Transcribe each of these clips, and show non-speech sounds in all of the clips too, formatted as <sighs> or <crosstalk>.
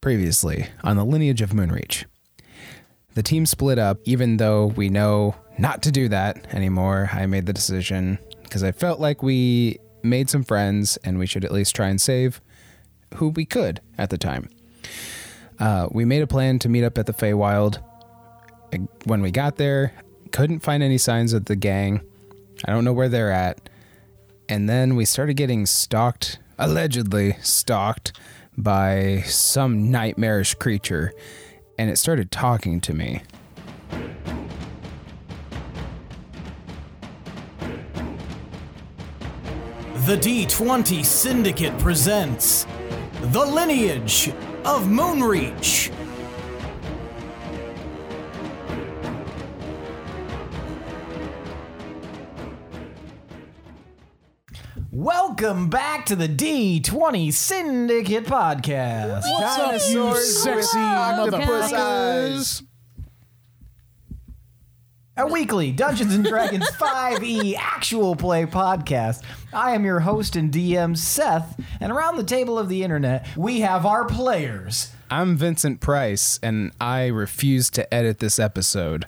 previously on the lineage of Moonreach. The team split up, even though we know not to do that anymore. I made the decision because I felt like we made some friends and we should at least try and save who we could at the time. Uh, we made a plan to meet up at the Feywild. I, when we got there, couldn't find any signs of the gang. I don't know where they're at. And then we started getting stalked, allegedly stalked, by some nightmarish creature. And it started talking to me. The D20 Syndicate presents The Lineage of Moonreach. Welcome back to the D20 Syndicate podcast. Dinosaurs sexy octopus eyes? Our weekly Dungeons and <laughs> Dragons 5e actual play podcast. I am your host and DM, Seth, and around the table of the internet, we have our players. I'm Vincent Price, and I refuse to edit this episode.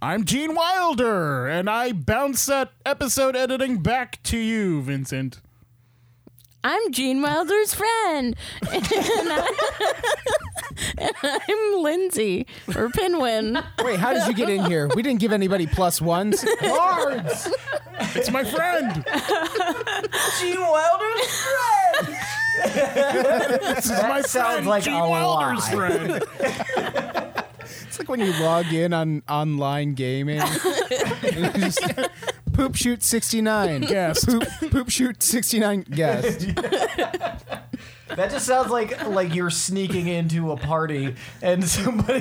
I'm Gene Wilder, and I bounce that episode editing back to you, Vincent. I'm Gene Wilder's friend. And, I, am Lindsay or Pinwin. Wait, how did you get in here? We didn't give anybody plus ones. Bards! It's my friend. <laughs> Gene Wilder's friend! <laughs> This is my sounds friend, like Gene a Wilder's lie. <laughs> friend. It's like when you log in on online gaming. <laughs> and you just, poop shoot 69. Guess. Poop, poop shoot 69. <laughs> Guess. That just sounds like like you're sneaking into a party and somebody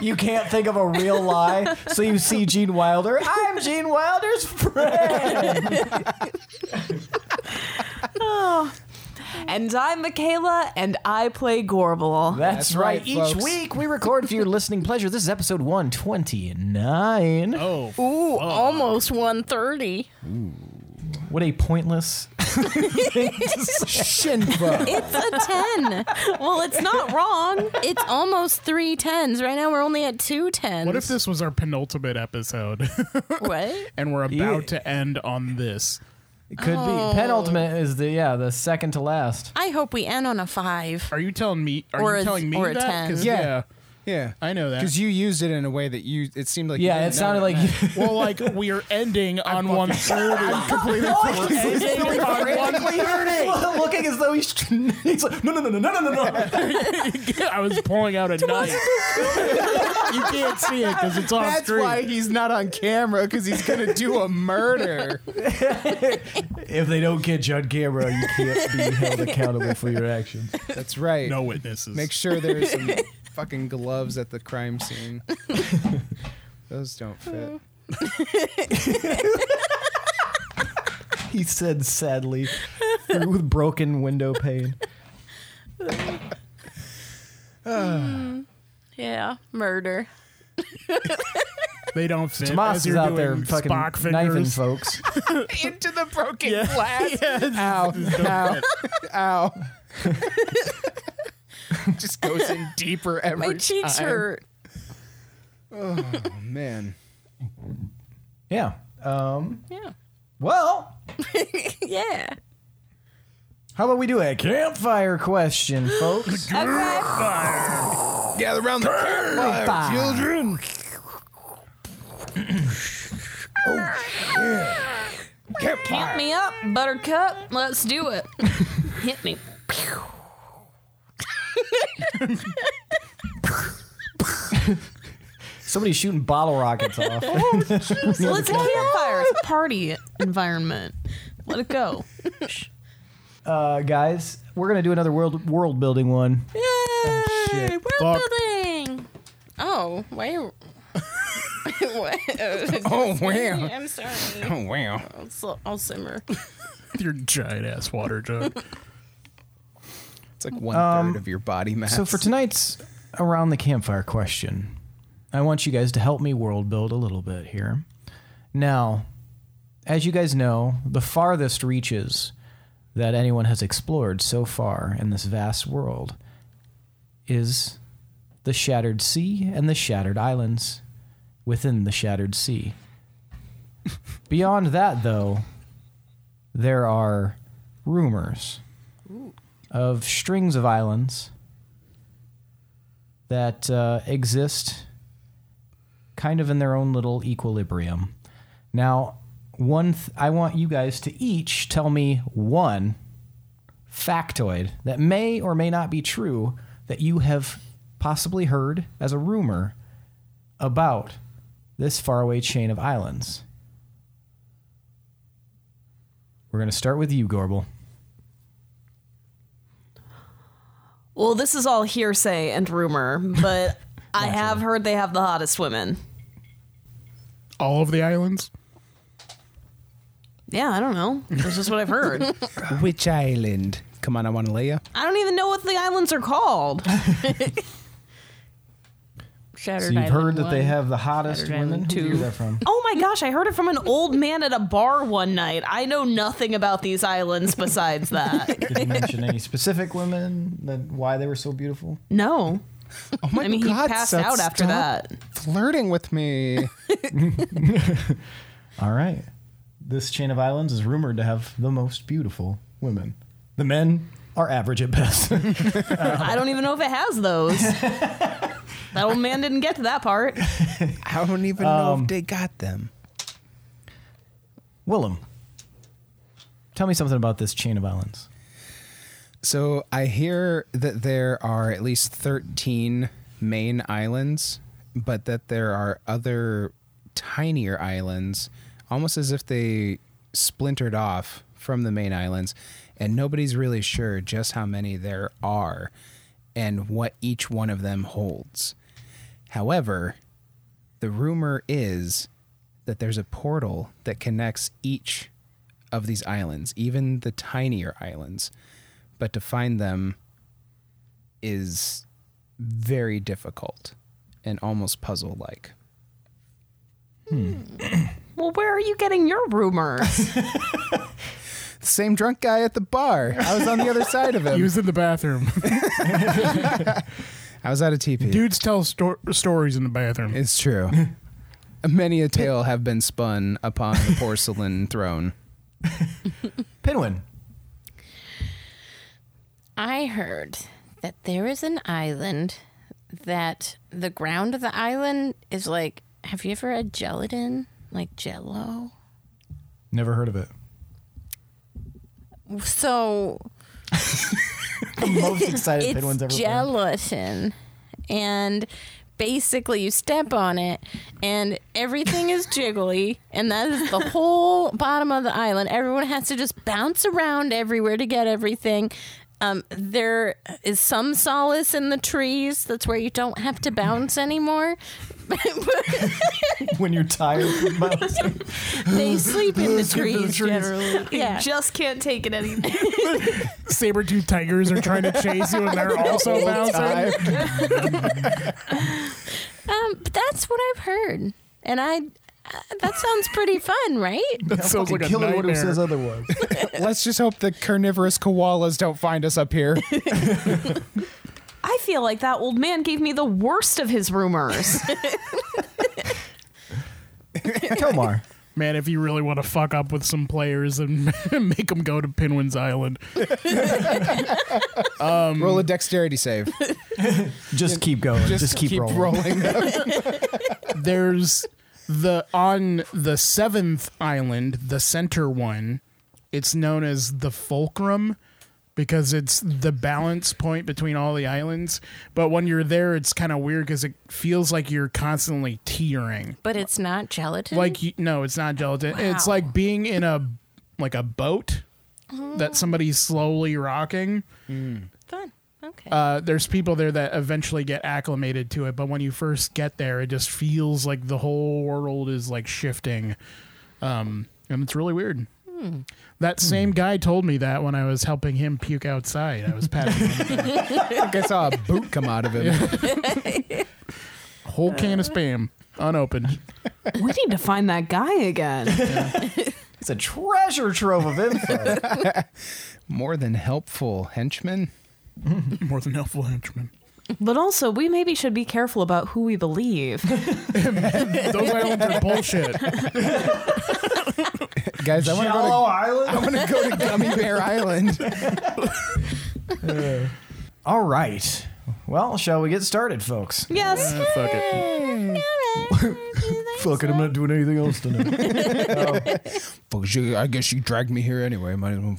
<laughs> you can't think of a real lie, so you see Gene Wilder. I'm Gene Wilder's friend. And I'm Michaela, and I play Gorbel. That's, That's right. right, Each folks. week we record <laughs> for your listening pleasure. This is episode 129. Oh, Ooh, almost 130. What a pointless <laughs> thing <laughs> to say. Shinbo. It's a 10. well, it's not wrong. It's almost three tens. Right now we're only at two tens. what if this was our penultimate episode, <laughs> What? and we're about to end on this? It could be. Penultimate is the yeah, the second to last. I hope we end on a five. Are you telling me? Are Or you a- telling me or a that? 10. 'Cause, Yeah. Yeah. Yeah. I know that. Because you used it in a way that you, it seemed like. you Yeah, it didn't know sounded like <laughs> you Well, like we are <laughs> ending on one thirty. I'm <laughs> completely looking as though he's, he's like, no, no, no, no, no, no, no, no. I was pulling out a knife. you can't see it because it's off That's screen. why he's not on camera, because he's going to do a murder. If they don't catch you on camera, you can't <laughs> be held accountable for your actions. <laughs> That's right. No witnesses. Make sure there's <laughs> some fucking gloves at the crime <laughs> scene. Those don't fit. He said sadly, with broken window pane. Yeah, murder. They don't fit. Tomas as is you're out there doing fucking Spock knifing <laughs> fingers. folks. <laughs> Into the broken glass. Ow. Ow. <laughs> Ow. <laughs> Just goes in deeper every My cheeks time. hurt. Man. Yeah. Um, Yeah. well, yeah. how about we do a campfire question, folks? Gather around the campfire, Campfire. children. oh, yeah. Campfire. Me up, buttercup. Let's do <laughs> it. Hit me. Somebody's shooting bottle rockets off. So it's a campfire. It's a party environment. Let it go. Uh, guys, we're gonna do another world world building one. Yay! shit. World Fuck. building. Oh, wait. <laughs> What? Oh, wow. I'm sorry. Oh, wow. I'll, s- I'll simmer. <laughs> Your giant ass water jug. It's like one third of your body mass. So for tonight's around the campfire question, I want you guys to help me world build a little bit here. Now, as you guys know, the farthest reaches that anyone has explored so far in this vast world is the Shattered Sea and the Shattered Islands within the Shattered Sea. Beyond that, though, there are rumors of strings of islands that uh, exist kind of in their own little equilibrium. Now, one th- I want you guys to each tell me one factoid that may or may not be true that you have possibly heard as a rumor about this faraway chain of islands. We're going to start with you, Gorbel. Well, this is all hearsay and rumor, <laughs> but I have heard they have the hottest women. All of the islands. Yeah, I don't know. This is what I've heard. <laughs> Which island? Come on, I want to lay you. I don't even know what the islands <laughs> are called. Shattered So you've Island heard that they one. have the hottest Saturday women. Who Island do you hear that from? Oh my gosh, I heard it from an old man at a bar one night. I know nothing about these islands <laughs> besides that. Did he mention any specific women? That why they were so beautiful? No. Oh my I mean, God, he passed Seth, out after stop that. Flirting with <laughs> me. All right. This chain of islands is rumored to have the most beautiful women. The men are average at best. <laughs> I don't even know if it has those. that old man didn't get to that part. I don't even know if they got them. Willem, tell me something about this chain of islands. So I hear that there are at least 13 main islands, but that there are other tinier islands, almost as if they splintered off from the main islands, and nobody's really sure just how many there are and what each one of them holds. However, the rumor is that there's a portal that connects each of these islands, even the tinier islands. But to find them is very difficult and almost puzzle like. Well, where are you getting your rumors? Same drunk guy at the bar. I was on the other side <laughs> of He him. was in the bathroom. I was at a teepee. Dudes tell stor- stories in the bathroom. It's <laughs> true. Many a tale have been spun upon the porcelain throne. Pinwin, I heard that there is an island that the ground of the island is like. Have you ever had gelatin, like Jello? never heard of it. So The most excited it's Pinwin's ever been. gelatin, and basically you step on it, and everything is jiggly, and that is the whole bottom of the island. Everyone has to just bounce around everywhere to get everything. Um, there is some solace in the trees. That's where you don't have to bounce anymore. <laughs> When you're <laughs> tired from bouncing. <laughs> they sleep in the trees trees. generally. Yeah. Just can't take it anymore. Saber tooth tigers are trying to chase you, and they're also bouncing. Um, but that's what I've heard, and I. Uh, that sounds pretty fun, right? That sounds like a Kill anyone who nightmare. says uh, <laughs> otherwise. Let's just hope the carnivorous koalas don't find us up <laughs> here. I feel like that old man gave me the worst of his rumors. Tomar. Man, if you really want to fuck up with some players and <laughs> make them go to Pinwin's Island, Roll a dexterity save. Just keep going. Just, keep, rolling. <laughs> there's the on the seventh island, the center one. It's known as the fulcrum because it's the balance point between all the islands. But when you're there, it's kind of weird because it feels like you're constantly teetering. But it's not gelatin. Like you, no, it's not gelatin. It's Wow. like being in a like a boat that somebody's slowly rocking. fun. Okay. uh, there's people there that eventually get acclimated to it, but when you first get there, it just feels like the whole world is like shifting, um, and it's really weird. That same guy told me that when I was helping him puke outside. I was patting him. I think I saw a boot come out of him. whole can of spam unopened. we need to find that guy again. It's a treasure trove of <laughs> info. More than helpful henchmen. More than helpful henchman. But also, we maybe should be careful about who we believe. Those islands are bullshit. Guys, I want to go to Shallow Island? <laughs> I want to go to Gummy Bear <laughs> Island. All right. Well, shall we get started, folks? yes. Fuck <laughs> it. Fuck it, I'm not doing anything else tonight. Fuck, she- I guess she dragged me here anyway. Might as well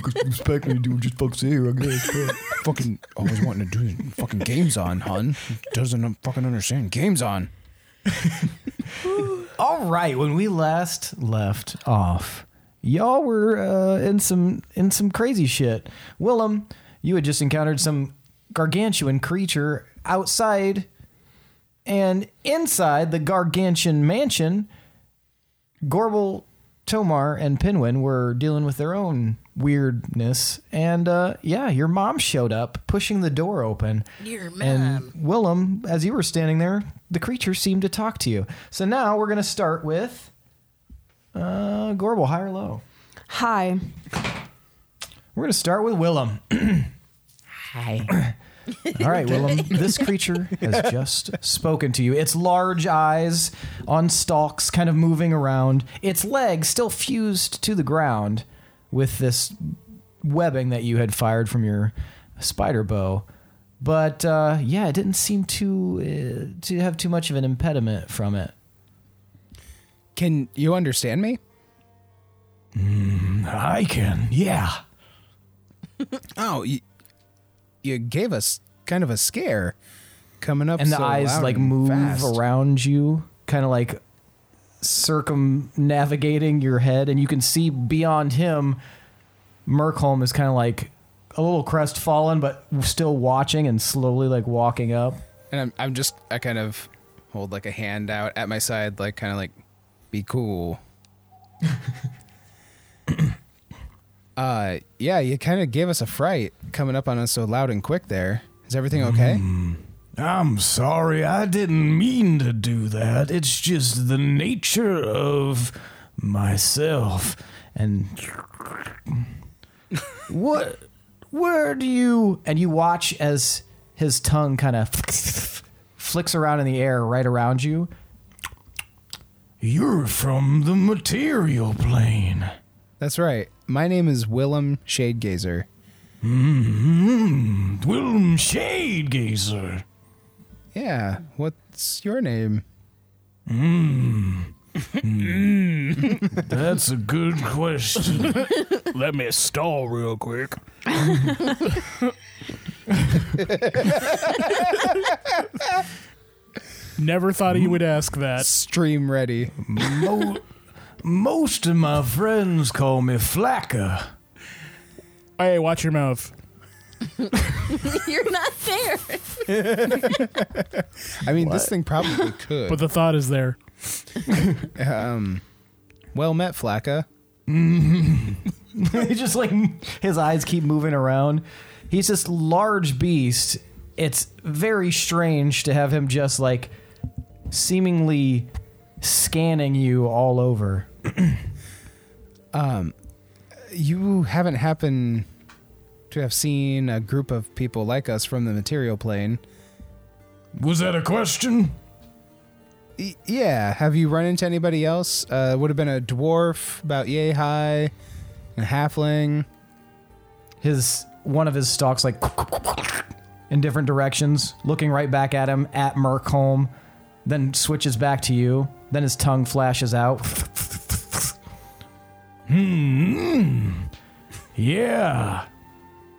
fucking- respect me, dude. Just fuck here, I guess. fucking always wanting to do fucking games on, hun. Doesn't fucking understand games on. All right. When we last left off, y'all were uh, in some in some crazy shit. Willem, you had just encountered some gargantuan creature outside, and inside the gargantuan mansion, Gorbel, Tomar, and Pinwin were dealing with their own weirdness. And uh, yeah, your mom showed up, pushing the door open. Your mom. And Willem, as you were standing there, the creature seemed to talk to you. So now we're going to start with uh, Gorbel, high or low? Hi. We're going to start with Willem. <clears throat> Hi. <coughs> All right, Willem, this creature has just spoken to you. Its large eyes on stalks, kind of moving around, its legs still fused to the ground with this webbing that you had fired from your spider bow. But uh, yeah, it didn't seem to uh, to have too much of an impediment from it. Can you understand me? I can, yeah. Oh, you, you gave us kind of a scare coming up. And the so eyes loud like and move fast. around you, kind of like circumnavigating your head, and you can see beyond him. Merkholm is kind of like a little crestfallen, but still watching and slowly like walking up. And I'm, I'm just, I kind of hold like a hand out at my side, like kind of like, be cool. uh, yeah, you kind of gave us a fright coming up on us so loud and quick there. Is everything okay? I'm sorry, I didn't mean to do that. It's just the nature of myself. and what where do you and you watch as his tongue kind of flicks around in the air right around you <laughs> You're from the material plane. That's right. My name is Willem Shadegazer. Willem Shadegazer. Yeah, what's your name? That's a good question. Let me stall real quick. Never thought he would ask that. Stream ready. Mo- most of my friends call me Flacker. Hey, watch your mouth. <laughs> You're not there. I mean, this thing probably could. But the thought is there. well met, Flacca. He just like his eyes keep moving around. He's this large beast. It's very strange to have him just like seemingly scanning you all over. You haven't happened to have seen a group of people like us from the material plane. Was that a question? Y- yeah, have you run into anybody else? Uh, would have been a dwarf, about yay high, a halfling. His one of his stalks like in different directions, looking right back at him at Merkholm, then switches back to you. Then his tongue flashes out. <laughs> Yeah.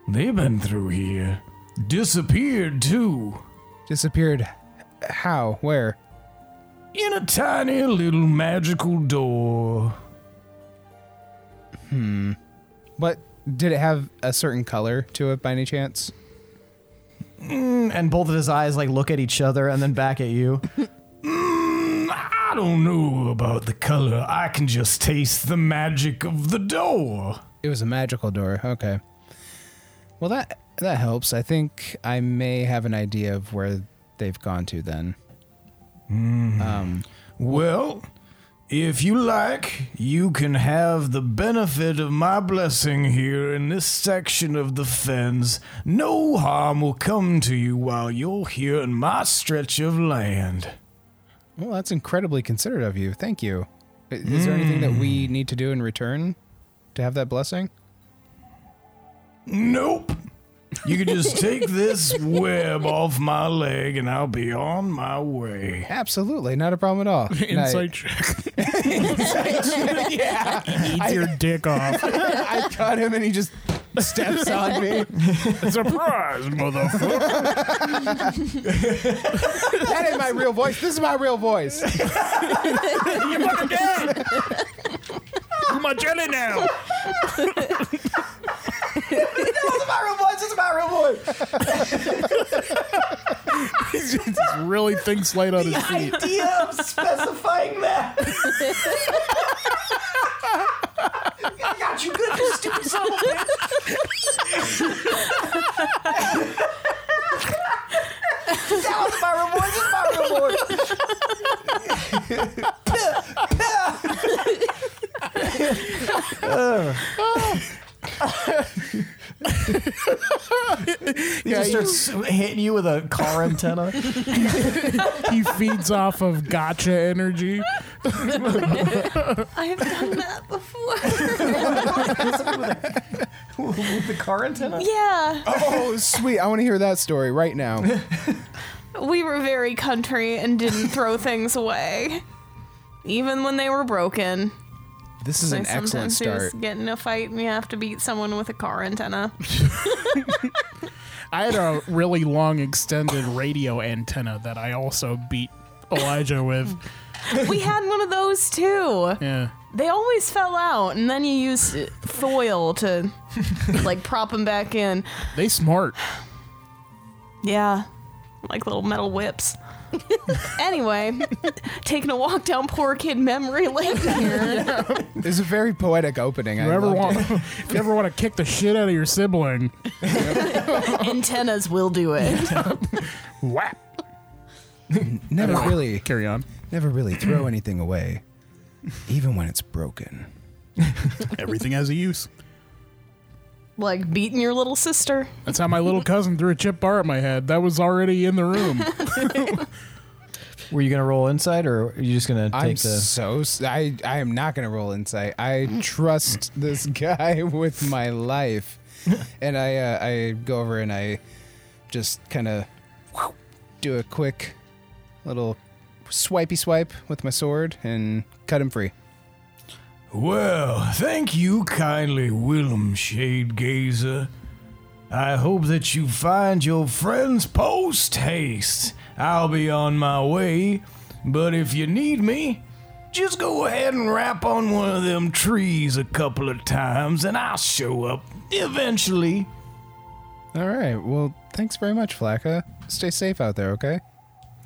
They've been through here. Disappeared too. Disappeared. H- How? Where? in a tiny little magical door. But did it have a certain color to it by any chance? And both of his eyes like look at each other and then back at you. I don't know about the color. I can just taste the magic of the door. It was a magical door. Okay. Well, that that helps. I think I may have an idea of where they've gone to then. Well, If you like, you can have the benefit of my blessing here in this section of the fens. No harm will come to you while you're here in my stretch of land. Well, that's incredibly considerate of you. Thank you. I- Is there anything that we need to do in return to have that blessing? Nope. You can just take this web off my leg and I'll be on my way. Absolutely, not a problem at all. And I- Insight check. yeah. Eat your dick off. I cut him and he just steps on me. Surprise, motherfucker. That ain't my real voice. This is my real voice. My jelly now. This is my real voice. This is my real voice. he just really thinks light on his feet. Idea of specifying that. <laughs> I got you good, you stupid son of a bitch. that was my real voice. This is my real voice. Yeah, Just he, starts hitting you with a car antenna. he feeds off of gotcha energy. I've done that before. with the car antenna? <laughs> yeah. Oh, <laughs> sweet. I want to hear that story right now. We were very country and didn't throw things away. Even when they were broken. This is an Like, excellent sometimes you start. just get in a fight and you have to beat someone with a car antenna. I had a really long extended radio antenna that I also beat Elijah with. we had one of those too. Yeah. They always fell out, and then you used uh, foil to <laughs> like prop them back in. They smart. Yeah, like little <laughs> metal whips. anyway, taking a walk down poor kid memory lane <laughs> here. This is a very poetic opening. I Whoever loved it. want, <laughs> if you ever want to kick the shit out of your sibling, Antennas will do it. whap. Never really, Carry on. never really throw anything away, even when it's broken. Everything has a use. Like beating your little sister. That's how my little cousin threw a chip bar at my head. That was already in the room. Were you gonna roll inside, or are you just gonna take I'm the? so s- I I am not gonna roll insight. I trust this <laughs> guy with my <laughs> life, and I uh, I go over and I just kind of do a quick little swipey swipe with my sword and cut him free. Well, thank you kindly, Willem Shadegazer. I hope that you find your friends post haste. I'll be on my way, but if you need me, just go ahead and rap on one of them trees a couple of times and I'll show up eventually. All right. Well, thanks very much, Flacca. Stay safe out there, <laughs> okay?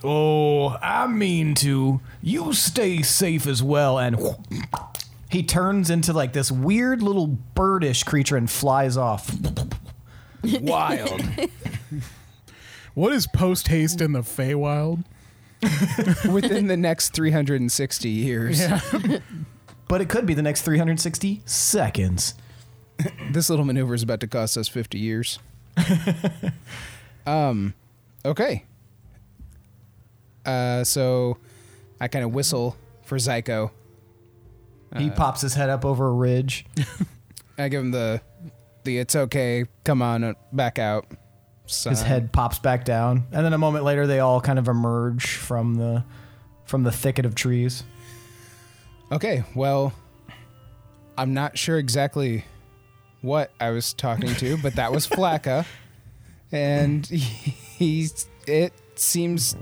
Oh, I mean to. You stay safe as well and <laughs> He turns into like this weird little birdish creature and flies off. wild. what is post haste in the Feywild? Within the next 360 years, But it could be the next 360 seconds. this little maneuver is about to cost us 50 years. <laughs> um, okay. Uh, so I kind of whistle for Zyko. He pops his head up over a ridge. I give him the the it's okay, come on uh, back out. Sign. His head pops back down, and then a moment later, they all kind of emerge from the from the thicket of trees. Okay, well, I'm not sure exactly what I was talking to, but that was Flacca, and he it seems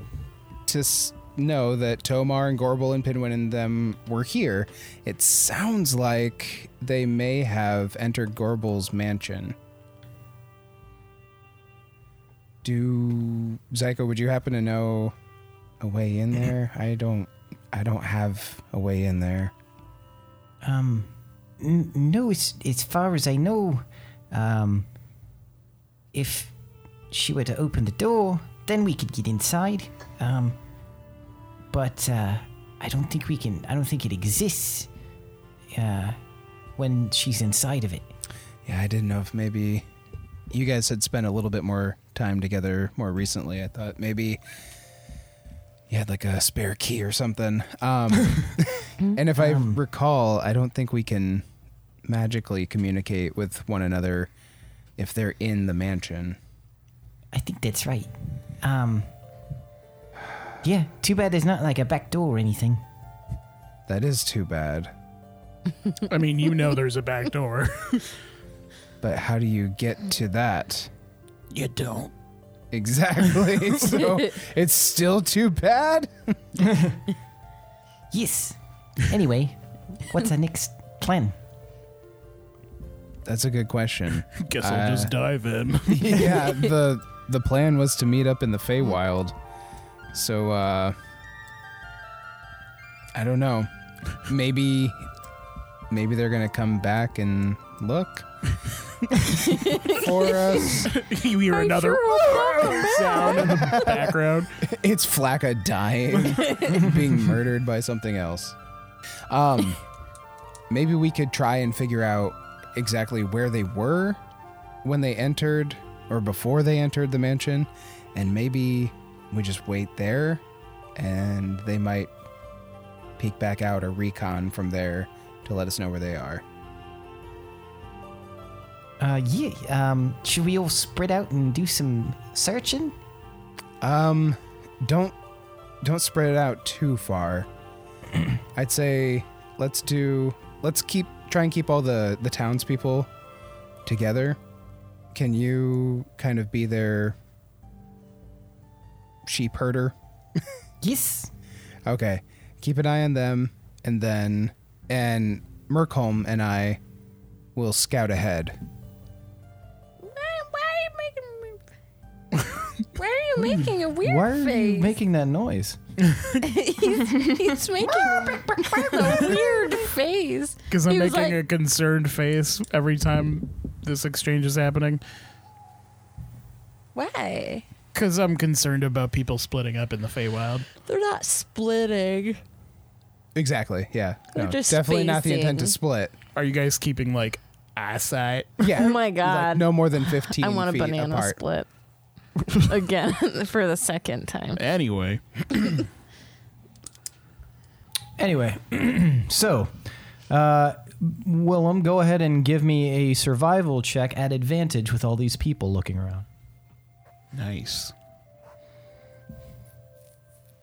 to s- know that Tomar and Gorbel and Pinwin and them were here. It sounds like they may have entered Gorbel's mansion. Do Zyko, would you happen to know a way in there? I don't I don't have a way in there. Um, n- no, as, as far as I know, um, if she were to open the door, then we could get inside. Um, but uh, I don't think we can. I don't think it exists. Uh, when she's inside of it. Yeah, I didn't know if maybe you guys had spent a little bit more time together more recently. I thought maybe you had like a spare key or something. Um, and if I recall, I don't think we can magically communicate with one another if they're in the mansion. I think that's right. Um. Yeah. Too bad there's not like a back door or anything. That is too bad. I mean, you know there's a back door. But how do you get to that? <laughs> You don't. Exactly. so it's still too bad. Yes. Anyway, what's our next plan? That's a good question. Guess Uh, I'll just dive in. <laughs> <laughs> yeah, the the plan was to meet up in the Feywild. So uh I don't know. Maybe maybe they're going to come back and look for us. you hear another sound in the background. <laughs> It's Flacca dying, <laughs> being murdered by something else. Um maybe we could try and figure out exactly where they were when they entered or before they entered the mansion and maybe we just wait there and they might peek back out or recon from there to let us know where they are. Uh, yeah. Um, should we all spread out and do some searching? Um, don't don't spread it out too far. <clears throat> I'd say let's do let's keep try and keep all the the townspeople together. Can you kind of be their sheep herder? Yes. Okay, keep an eye on them, and then and Merkholm and I will scout ahead. Why are you making? Why are you making a weird face? making that noise? he's, he's making a weird face. Because I'm He was making a like- concerned face every time this exchange is happening. Why? Because I'm concerned about people splitting up in the Feywild. They're not splitting. Exactly. Yeah. They're just definitely not the intent to spacing. <laughs> split. Are you guys keeping like eyesight? Yeah. Oh my like, God. no more than fifteen. <laughs> I want a feet banana apart. split <laughs> again <laughs> for the second time. Anyway, Anyway, <clears throat> so uh, Willem, go ahead and give me a survival check at advantage with all these people looking around. nice.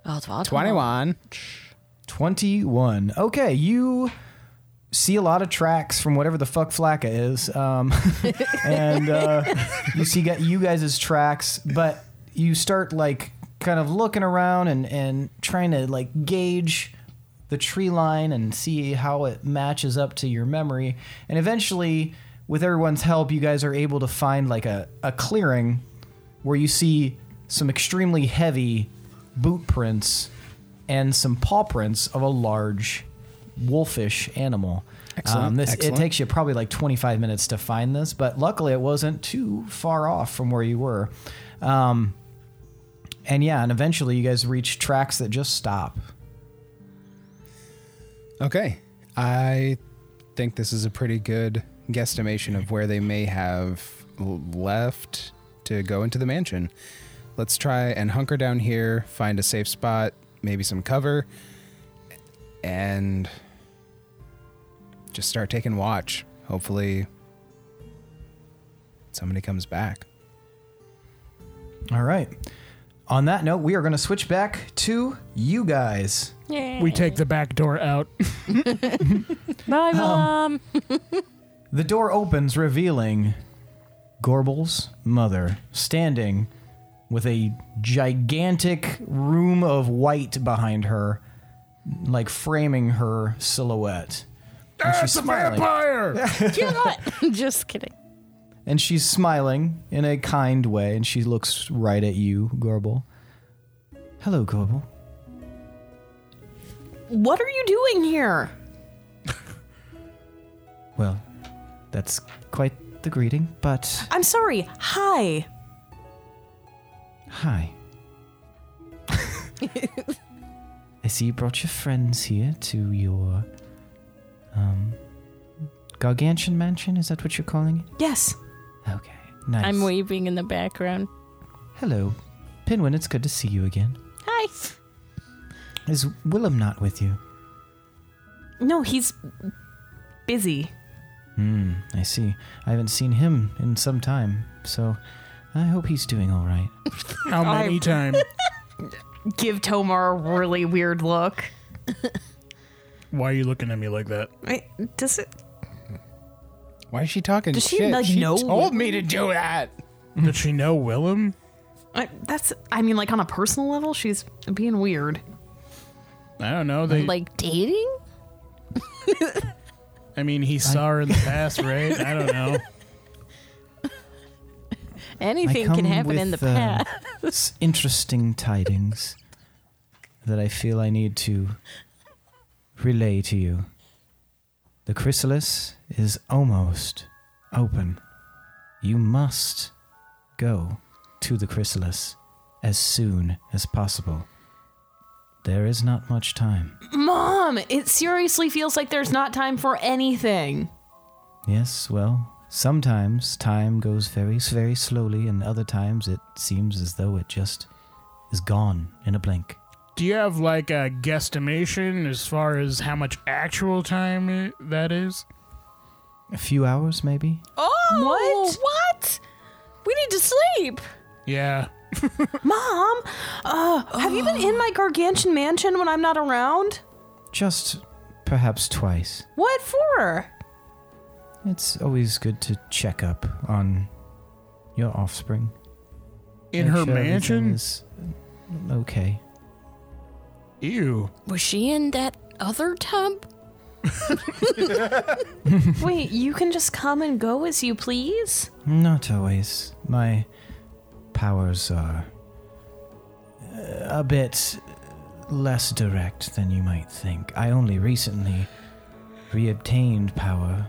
Oh, it's all 21. 21. Okay, you see a lot of tracks from whatever the fuck Flacca is. Um, <laughs> and uh, you see gu- you guys' tracks, but you start like kind of looking around and, and trying to like gauge the tree line and see how it matches up to your memory. And eventually, with everyone's help, you guys are able to find like a, a clearing where you see some extremely heavy boot prints and some paw prints of a large wolfish animal. Excellent, Um, this, excellent. It takes you probably like 25 minutes to find this, but luckily it wasn't too far off from where you were. Um, and yeah, and eventually you guys reach tracks that just stop. Okay. I think this is a pretty good guesstimation of where they may have l- left to go into the mansion. Let's try and hunker down here, find a safe spot, maybe some cover, and just start taking watch. Hopefully, somebody comes back. All right. On that note, we are going to switch back to you guys. Yeah. We take the back door out. Um, Bye, mom. <laughs> The door opens, revealing Gorbel's mother standing with a gigantic room of white behind her, like framing her silhouette. And she's smiling. <laughs> Just kidding. And she's smiling in a kind way, and she looks right at you, Gorbel. Hello, Gorbel. What are you doing here? Well, that's quite the greeting, but I'm sorry. Hi. hi. I see you brought your friends here to your um, gargantuan mansion. Is that what you're calling Yes. it? Okay, nice. I'm weeping in the background. Hello, Pinwin. It's good to see you again. Hi. Is Willem not with you? No, he's busy. Hmm, I see. I haven't seen him in some time, so I hope he's doing all right. How many I- times? Give Tomar a really weird look. Why are you looking at me like that? Wait, does it? Why is she talking Does she, shit? like, she know- told me to do that. Did she know Willem? I, that's. I mean, like on a personal level, she's being weird. I don't know. They, Like dating? I mean, he saw her in the past, right? I don't know. Anything I can come happen with, in the uh, past. <laughs> s- interesting tidings that I feel I need to relay to you. The chrysalis is almost open. You must go to the chrysalis as soon as possible. There is not much time. Mom, it seriously feels like there's not time for anything. Yes, well, sometimes time goes very, very slowly, and other times it seems as though it just is gone in a blink. Do you have like a guesstimation as far as how much actual time i that is? A few hours, maybe? Oh, What? What? We need to sleep. Yeah. Mom, uh, have <gasps> you been in my gargantuan mansion when I'm not around? Just perhaps twice. What for? It's always good to check up on your offspring. In Make her sure everything mansion? is uh, okay. Ew. Was she in that other tub? <laughs> Wait, you can just come and go as you please? Not always. My powers are uh, a bit less direct than you might think. I only recently reobtained power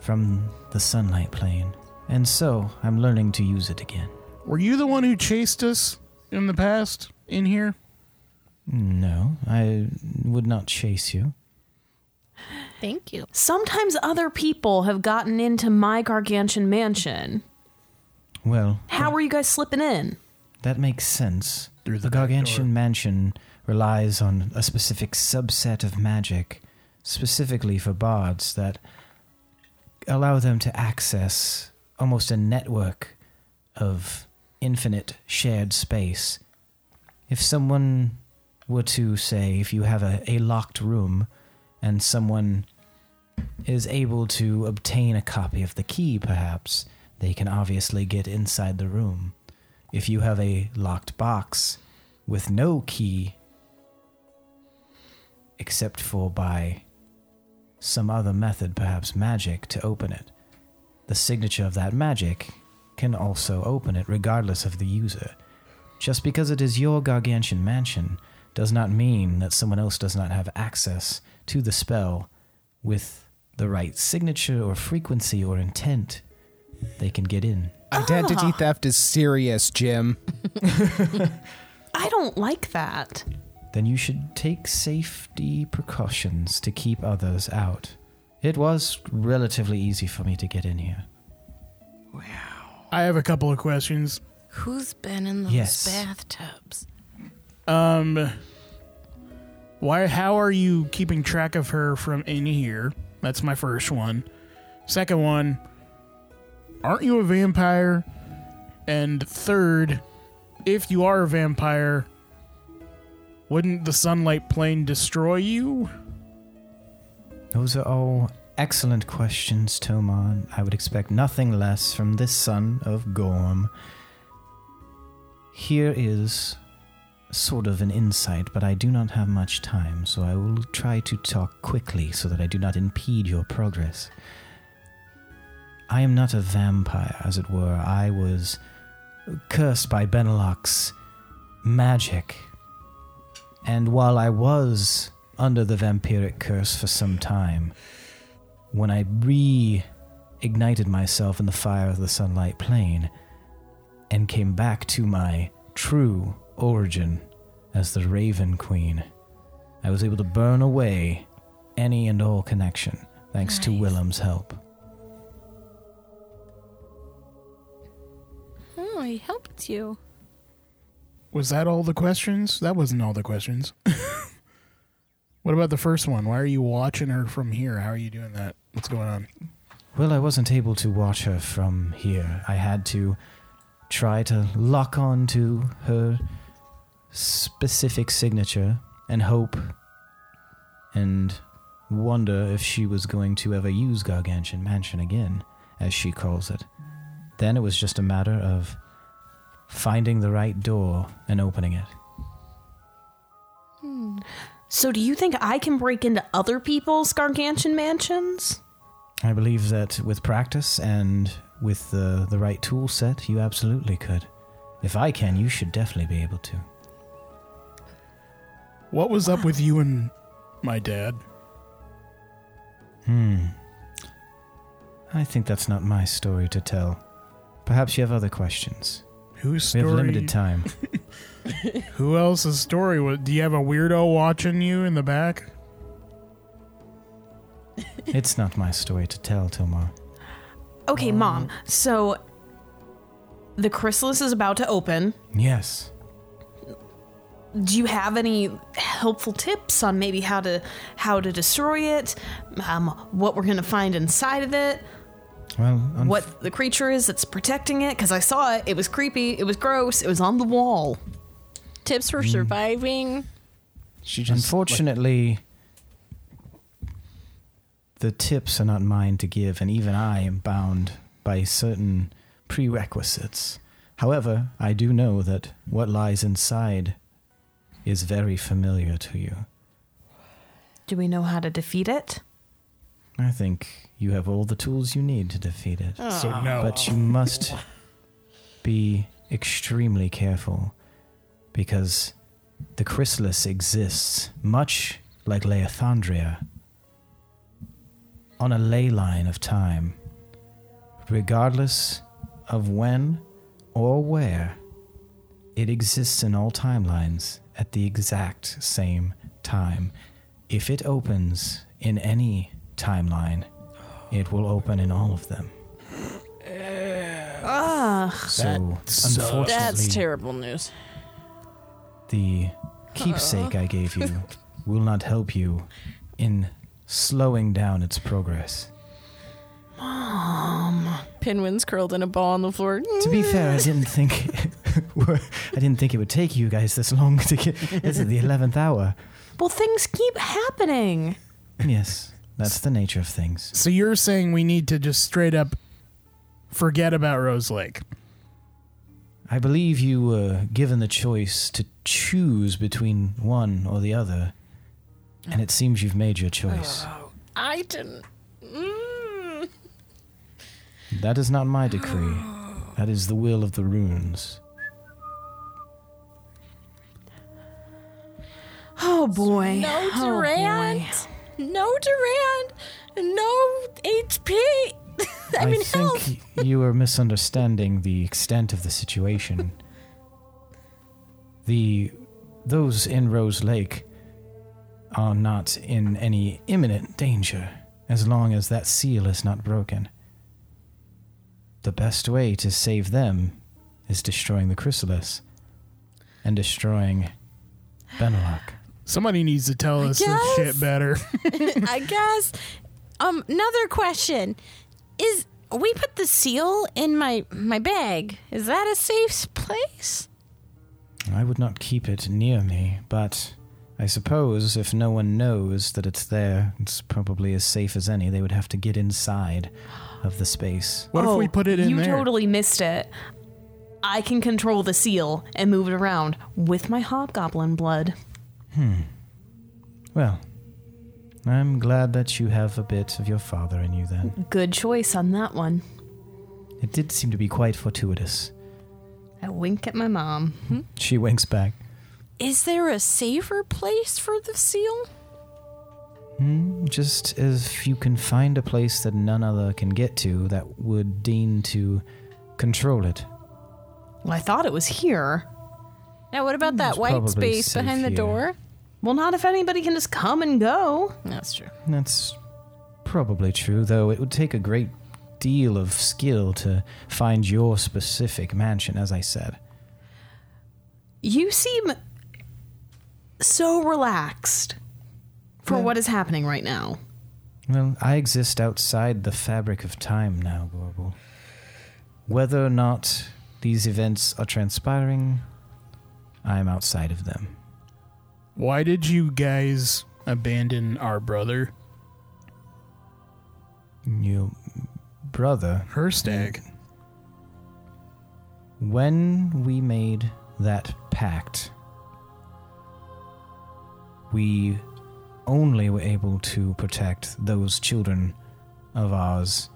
from the sunlight plane, and so I'm learning to use it again. Were you the one who chased us in the past in here? No, I would not chase you. Thank you. Sometimes other people have gotten into my gargantuan mansion. Well, How were you guys slipping in? That makes sense. Through the the back Gargantian door. Mansion relies on a specific subset of magic, specifically for bards, that allow them to access almost a network of infinite shared space. If someone were to say, if you have a, a locked room and someone is able to obtain a copy of the key, perhaps, they can obviously get inside the room. If you have a locked box with no key, except for by some other method, perhaps magic, to open it, the signature of that magic can also open it, regardless of the user. Just because it is your gargantuan mansion does not mean that someone else does not have access to the spell with the right signature or frequency or intent. They can get in. Identity Ah. theft is serious, Jim. I don't like that. then you should take safety precautions to keep others out. It was relatively easy for me to get in here. I have a couple of questions. Who's been in those Yes. bathtubs? Um why how are you keeping track of her from in here? That's my first one. Second one, aren't you a vampire? And third, if you are a vampire, wouldn't the sunlight plane destroy you? Those are all excellent questions, Toman. I would expect nothing less from this son of Gorm. Here is sort of an insight, but I do not have much time, so I will try to talk quickly so that I do not impede your progress. I am not a vampire, as it were. I was cursed by Benelok's magic. And while I was under the vampiric curse for some time. When I reignited myself in the fire of the sunlight plane and came back to my true origin as the Raven Queen, I was able to burn away any and all connection thanks to Nice. Willem's help. Oh, he helped you. Was that all the questions? That wasn't all the questions. <laughs> what about the first one? Why are you watching her from here? How are you doing that? What's going on? Well, I wasn't able to watch her from here. I had to try to lock on to her specific signature and hope and wonder if she was going to ever use Gargantian Mansion again, as she calls it. Then it was just a matter of finding the right door and opening it. So, do you think I can break into other people's gargantuan mansions? I believe that with practice and with the, the right tool set, you absolutely could. If I can, you should definitely be able to. What was up with you and my dad? Hmm. I think that's not my story to tell. Perhaps you have other questions. Whose We story? have limited time. Who else's story? wa- Do you have a weirdo watching you in the back? it's not my story to tell, Tomar. Okay, mom. So, the chrysalis is about to open. Yes. Do you have any helpful tips on maybe how to how to destroy it? Um, what we're gonna find inside of it? Well, un- What the creature is that's protecting it? Because I saw it. It was creepy. It was gross. It was on the wall. Tips for surviving. She just unfortunately, the tips are not mine to give, and even I am bound by certain prerequisites. However, I do know that what lies inside is very familiar to you. Do we know how to defeat it? I think you have all the tools you need to defeat it. So no. But you must be extremely careful because the chrysalis exists much like Leothandria on a ley line of time, regardless of when or where. It exists in all timelines at the exact same time. If it opens in any timeline, it will open in all of them. So, unfortunately, That's terrible news. the keepsake I gave you will not help you in slowing down its progress. Um, Pinwin's curled in a ball on the floor. To be fair, Mm. I didn't think <laughs> I didn't think it would take you guys this long to get. This is the eleventh hour. Well, things keep happening. Yes, that's the nature of things. So you're saying we need to just straight up forget about Rose Lake? I believe you were given the choice to choose between one or the other, and it seems you've made your choice. I didn't. Mm. That is not my decree. That is the will of the runes. Oh boy. No Oh, boy. Durant. no Durant. No HP. <laughs> I, mean, think health. you are misunderstanding the extent of the situation. the those in Rose Lake are not in any imminent danger as long as that seal is not broken. The best way to save them is destroying the chrysalis and destroying Benelok. Somebody needs to tell us this guess. shit better. <laughs> <laughs> I guess. Um, another question is: We put the seal in my my bag. Is that a safe place? I would not keep it near me, but I suppose if no one knows that it's there, it's probably as safe as any. They would have to get inside of the space. What if we Oh, put it in you there? totally missed it. I can control the seal and move it around with my hobgoblin blood. Well, I'm glad that you have a bit of your father in you then. <laughs> Good choice on that one. It did seem to be quite fortuitous. I wink at my mom. She winks back. Is there a safer place for the seal? Hmm, just if you can find a place that none other can get to that would deign to control it. Well, I thought it was here. Now, what about that white Hmm, probably space safe behind the here. door? Well, not if anybody can just come and go. That's true. That's probably true, though it would take a great deal of skill to find your specific mansion, as I said. You seem so relaxed for what is happening right now. Well, I exist outside the fabric of time now, Gorbel. Whether or not these events are transpiring, I am outside of them. Why did you guys abandon our brother, Your brother Herstag? Mm. When we made that pact, we only were able to protect those children of ours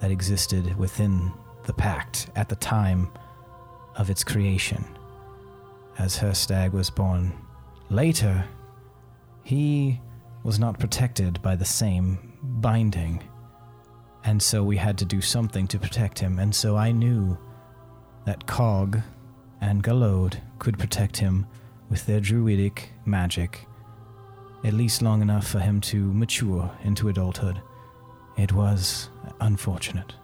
that existed within the pact at the time of its creation. As her stag was born later, he was not protected by the same binding. And so we had to do something to protect him, and so I knew that Cog and Galode could protect him with their druidic magic, at least long enough for him to mature into adulthood. It was unfortunate.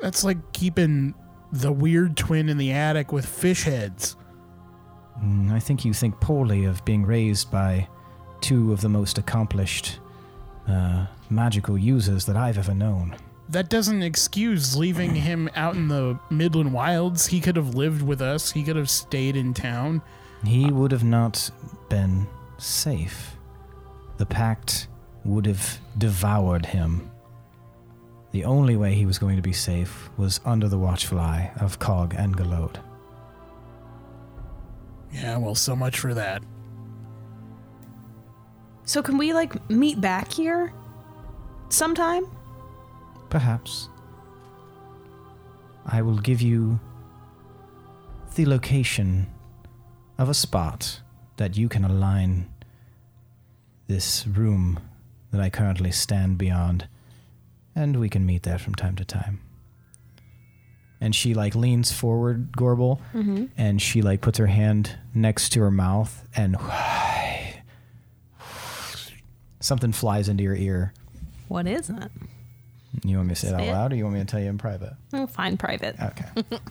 That's like keeping the weird twin in the attic with fish heads. Mm, I think you think poorly of being raised by two of the most accomplished uh, magical users that I've ever known. That doesn't excuse leaving him out in the Midland wilds. He could have lived with us. He could have stayed in town. He would have not been safe. The pact would have devoured him. The only way he was going to be safe was under the watchful eye of Cog and Galode. Yeah, well, so much for that. So can we like meet back here sometime? Perhaps. I will give you the location of a spot that you can align this room that I currently stand beyond, and we can meet there from time to time. And she like leans forward, Gorbel, and she like puts her hand next to her mouth, and <sighs> something flies into your ear. What is that? You want me to say it out Spit. loud, or you want me to tell you in private? Oh, fine, private. <laughs> Okay. <laughs>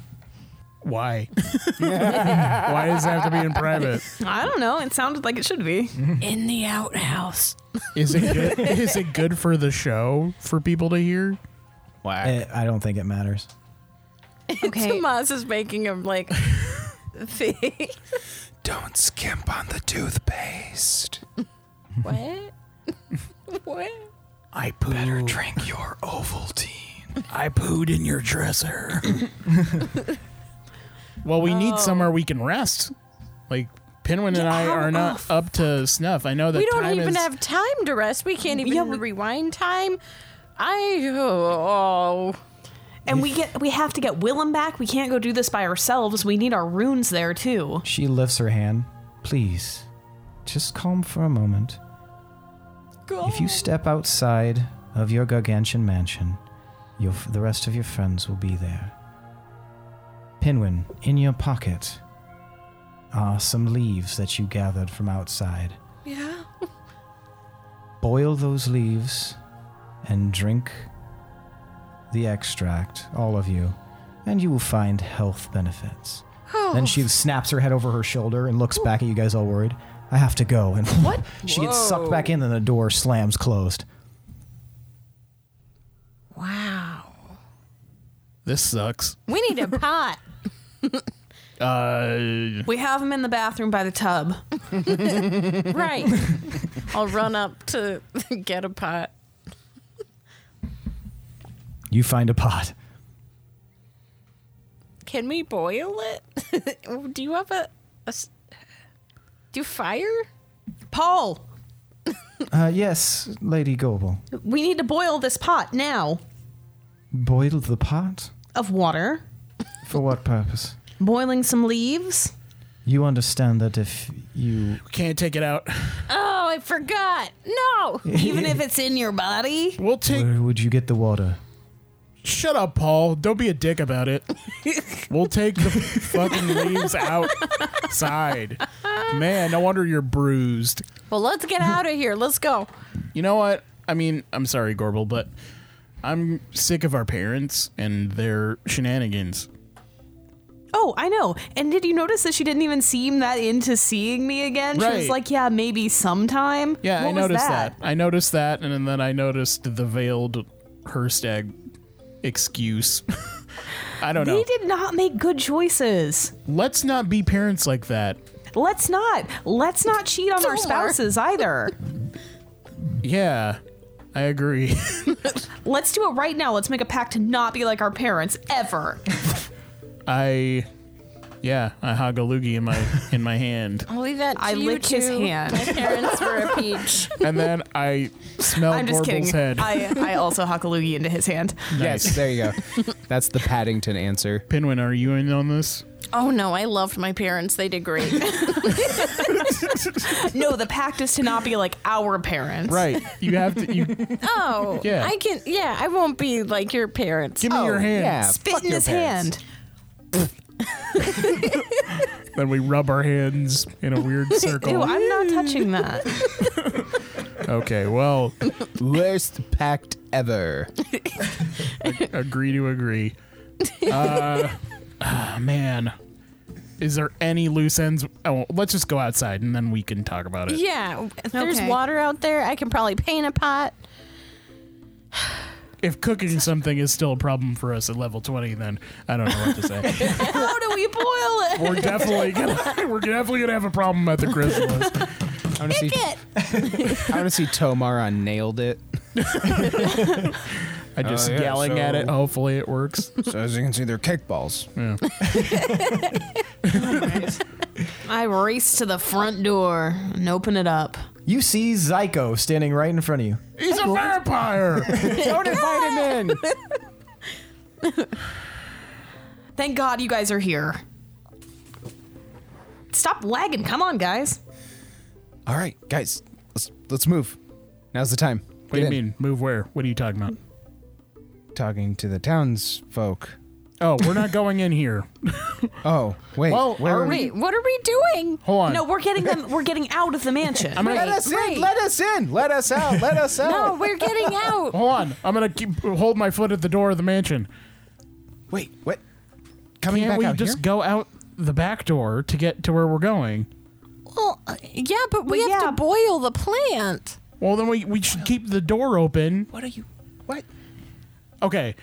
Why? <laughs> Why does it have to be in private? I don't know. It sounded like it should be. Mm-hmm. In the outhouse. Is <laughs> it good? Is it good for the show for people to hear? Wow. I, I don't think it matters. Okay. Tomas is making him like <laughs> face. Don't skimp on the toothpaste. what? <laughs> what? I pooed. Better drink your Ovaltine. I pooed in your dresser. well, we need somewhere we can rest. Like Penguin and I Yeah, are oh, not up to snuff. I know that We don't time even is, have time to rest. We can't even Yeah, we- rewind time. I oh, And we get we have to get Willem back. We can't go do this by ourselves. We need our runes there too. She lifts her hand. Please, just calm for a moment. If you step outside of your gargantuan mansion, your, f- the rest of your friends will be there. Pinwin, in your pocket are some leaves that you gathered from outside. yeah. boil those leaves and drink the extract, all of you, and you will find health benefits. Then she snaps her head over her shoulder and looks back at you guys all worried. I have to go. And what? she gets sucked back in and the door slams closed. Wow. This sucks. We need a pot. Uh, <laughs> We have him in the bathroom by the tub. <laughs> <laughs> right. I'll run up to <laughs> get a pot. You find a pot. Can we boil it? <laughs> Do you have a, a s- do you fire? Paul, Uh, yes, Lady Goble. we need to boil this pot now Boil the pot? of water, For what purpose? boiling some leaves. You understand that if you. can't take it out. Oh, I forgot. No. <laughs> Even if it's in your body, We'll take. Where would you get the water? Shut up, Paul. Don't be a dick <laughs> about it. We'll take the fucking <laughs> leaves outside. Man, no wonder you're bruised. Well, let's get out of here. Let's go. You know what? I mean, I'm sorry, Gorbel, but I'm sick of our parents and their shenanigans. Oh, I know. And did you notice that she didn't even seem that into seeing me again? She Right. was like, "Yeah, maybe sometime." Yeah, What I was noticed that? I noticed that, and then I noticed the veiled Herstag excuse. <laughs> I don't They know. did not make good choices. Let's not be parents like that. Let's not. Let's not cheat on our Don't spouses either. Yeah, I agree. <laughs> Let's do it right now. Let's make a pact to not be like our parents ever. I, yeah, I hog a loogie in my in my hand, I'll leave that to I you lick his two. hand. My parents were a peach. and then <laughs> I smell I'm just Gorbel's kidding. head. I, I <laughs> also huck a loogie into his hand. Yes, there you go. That's the Paddington answer. Pinwin, are you in on this? Oh no, I loved my parents. They did great. <laughs> No, the pact is to not be like our parents. Right. You have to. You give <laughs> Oh, Yeah. I can. Yeah, I won't be like your parents. me your hand. Oh, Yeah, Spit fuck in your his parents. hand. Then we rub our hands in a <laughs> weird Ew, circle. I'm not touching <laughs> that. okay. Well, Worst pact ever. agree to <laughs> agree. Uh, ah, man, is there any loose ends? Oh, let's just go outside and then we can talk about it. Yeah, if there's Okay. water out there. I can probably paint a <laughs> pot. If cooking something is still a problem for us at level twenty, then I don't know what to <laughs> say. How do we boil it? we're definitely gonna, <laughs> we're definitely gonna have a problem at the Christmas. I want to see. Get I want to see Tomar on nailed it. I just Oh, yeah, yelling at it. so- Hopefully it works. So as you can see, they're cake balls. Yeah. I race to the front door and open it up. You see Zyko standing right in front of you. <laughs> He's a vampire. Don't invite him <laughs> in. Thank God you guys are here. Stop lagging. Come on, guys. All right, guys, let's let's move. Now's the time. what do you Get in. mean? Move where? What are you talking about? Talking to the townsfolk. Oh, we're not going in here. Oh wait, <laughs> Well, where are are Wait, what are we doing? Hold on. No, we're getting them. We're getting out of the mansion. I'm gonna- Let us Right. in! Let us in! Let us out! Let <laughs> us No, out! we're <laughs> getting out. Hold on. I'm gonna keep hold my foot at the door of the mansion. Wait, what? Coming Can't back we out just here? go out the back door to get to where we're going? Well, uh, yeah, but we Well, have yeah. to boil the plant. Well, then we we should keep the door open. What are you? What? Okay,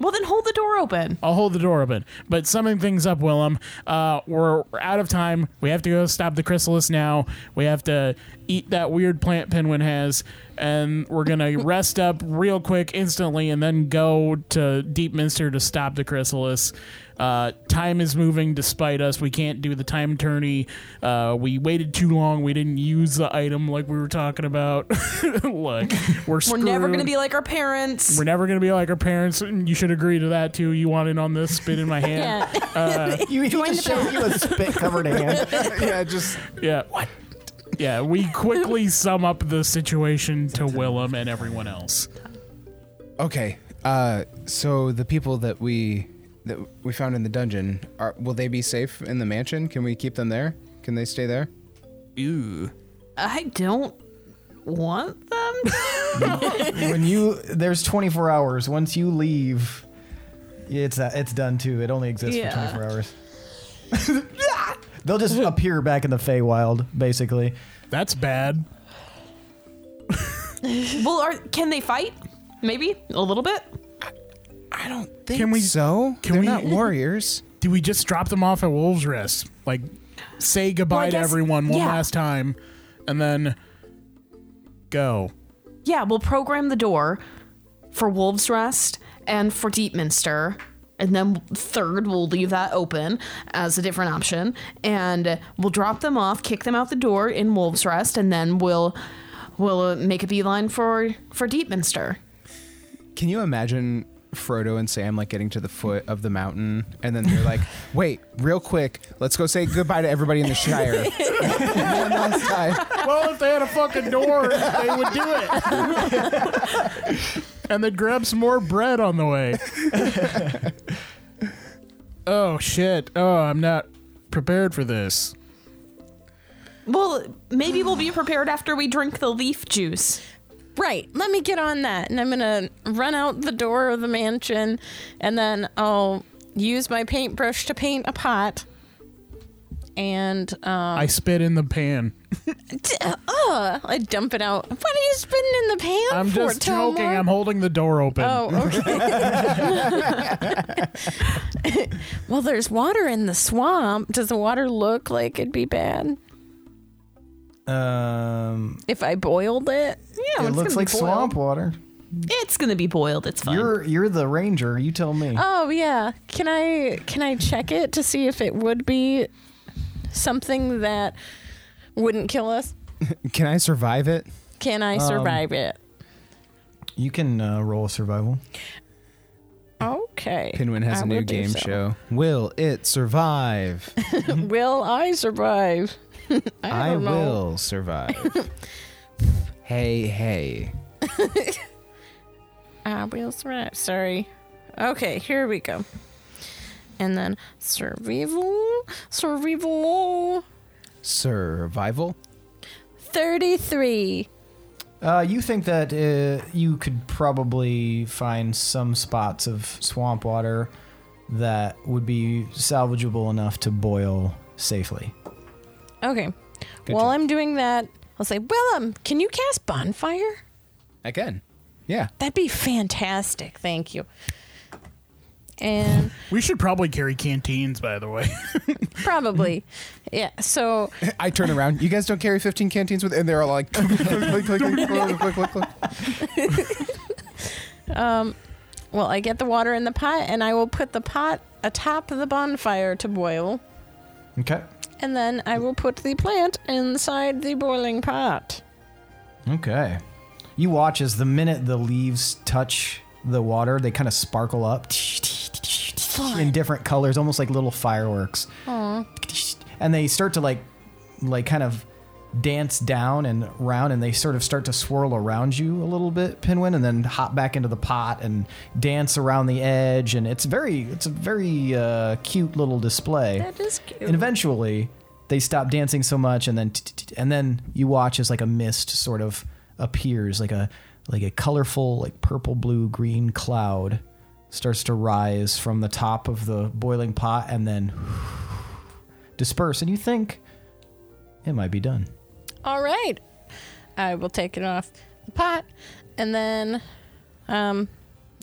well, then hold the door open. I'll hold the door open. But summing things up, Willem, uh, we're, we're out of time. We have to go stop the chrysalis now. We have to eat that weird plant Penguin has, and we're <laughs> gonna rest up real quick, instantly, and then go to Deepminster to stop the chrysalis. Uh, time is moving despite us. We can't do the time tourney. Uh, we waited too long. We didn't use the item like we were talking about. <laughs> Look, we're We're never gonna screwed. be like our parents. We're never gonna be like our parents. and You should agree to that too. You want in on this? Spit in my hand. <laughs> Yeah, You he just showed you a spit covered hand. <laughs> yeah, just yeah. What? Yeah. We quickly sum up the situation to Willem and everyone else. okay. Uh, so the people that we that we found in the dungeon are will they be safe in the mansion? Can we keep them there? Can they stay there? I don't want them. when you there's 24 hours. Once you leave, it's uh, it's done too. It only exists Yeah. for 24 hours. <laughs> They'll just appear back in the Feywild, basically. That's bad. well, are, can they fight? Maybe a little bit. I don't think Can we- so. can They're we- not warriors. Do we just drop them off at Wolves Rest? Like, say goodbye Well, I to guess- everyone one yeah. last time, and then go. Yeah, we'll program the door for Wolves Rest and for Deepminster. And then third, we'll leave that open as a different option. And we'll drop them off, kick them out the door in Wolves Rest, and then we'll we'll uh, make a beeline for for Deepminster. Can you imagine Frodo and Sam like getting to the foot of the mountain and then they're <laughs> like, wait, real quick, let's go say goodbye to everybody in the <laughs> Shire. <laughs> One last time. well, if they had a fucking door, they would do it. and then grab some more bread on the way. oh shit! Oh, I'm not prepared for this. Well, maybe we'll be prepared after we drink the leaf juice. Right. Let me get on that. And I'm going to run out the door of the mansion and then I'll use my paintbrush to paint a pot. And, um, I spit in the pan. d- ugh, I dump it out. What are you spitting in the pan I'm for, just joking. Tomar? I'm holding the door open. Oh, okay. <laughs> well, there's water in the swamp. Does the water look like it'd be bad Um, if I boiled it? Yeah, it looks like swamp water. It's gonna be boiled. It's fine. You're you're the ranger. You tell me. Oh yeah. Can I can I check it to see if it would be something that wouldn't kill us? Can I survive it? Can Um, I survive it? you can uh, roll survival. Okay. Pinwin has I a new will do game so. show. Will it survive? <laughs> Will I survive? <laughs> I, I, don't know. will <laughs> survive. hey, hey. I will survive. Sorry. Okay, here we go. And then survival, survival, Survival? thirty-three. Uh, you think that uh, you could probably find some spots of swamp water that would be salvageable enough to boil safely. Okay. While job. I'm doing that, I'll say, Willem, can you cast bonfire? I can. Yeah. That'd be fantastic. Thank you. And We should probably carry canteens, by the way. probably, yeah. So <laughs> I turn around. You guys don't carry 15 canteens with, and they're all like, <laughs> click, click, click, click, click, click, click, click. Well, I get the water in the pot and I will put the pot atop of the bonfire to boil. Okay. And then I will put the plant inside the boiling pot. Okay. You watch as the minute the leaves touch the water, they kind of sparkle up in different colors, almost like little fireworks. And they start to like like kind of dance down and round and they sort of start to swirl around you a little bit, Pinwin, and then hop back into the pot and dance around the edge and it's very it's a very uh, cute little display. That is cute. And eventually, they stop dancing so much, and then t- t- t- and then you watch as like a mist sort of appears, like a like a colorful, like purple, blue, green cloud starts to rise from the top of the boiling pot, and then disperse. And you think it might be done. All right. I will take it off the pot and then um,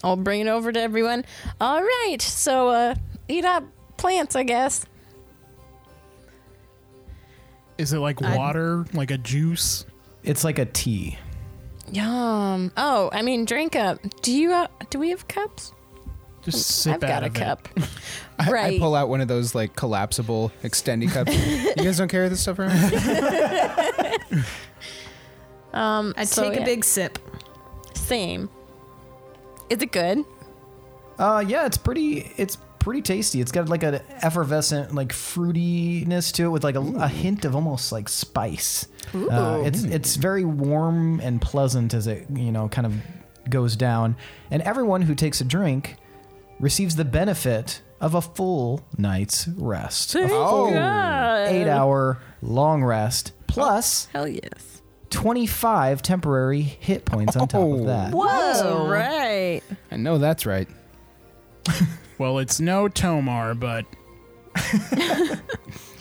I'll bring it over to everyone. All right. So uh, eat up plants, I guess. Is it like I'd- water, like a juice? It's like a tea. Yum. Oh, I mean, drink up. Do you uh, do we have cups? Just sip I've got out a of <laughs> it. cup. I- right. I pull out one of those like collapsible extendy cups. you guys don't carry this stuff around? um, I'd so, take yeah. a big sip. Same. Is it good? Uh, yeah, it's pretty. It's pretty tasty. It's got like an effervescent, like fruitiness to it, with like a, a hint of almost like spice. Uh, it's it's very warm and pleasant as it you know kind of goes down, and everyone who takes a drink receives the benefit of a full night's rest, a Oh. Mm. eight hour long rest plus Uh, Hell yes. 25 temporary hit points on top of Oh. that. Whoa. Right. I know that's right. Well, it's no Tomar, <laughs> but.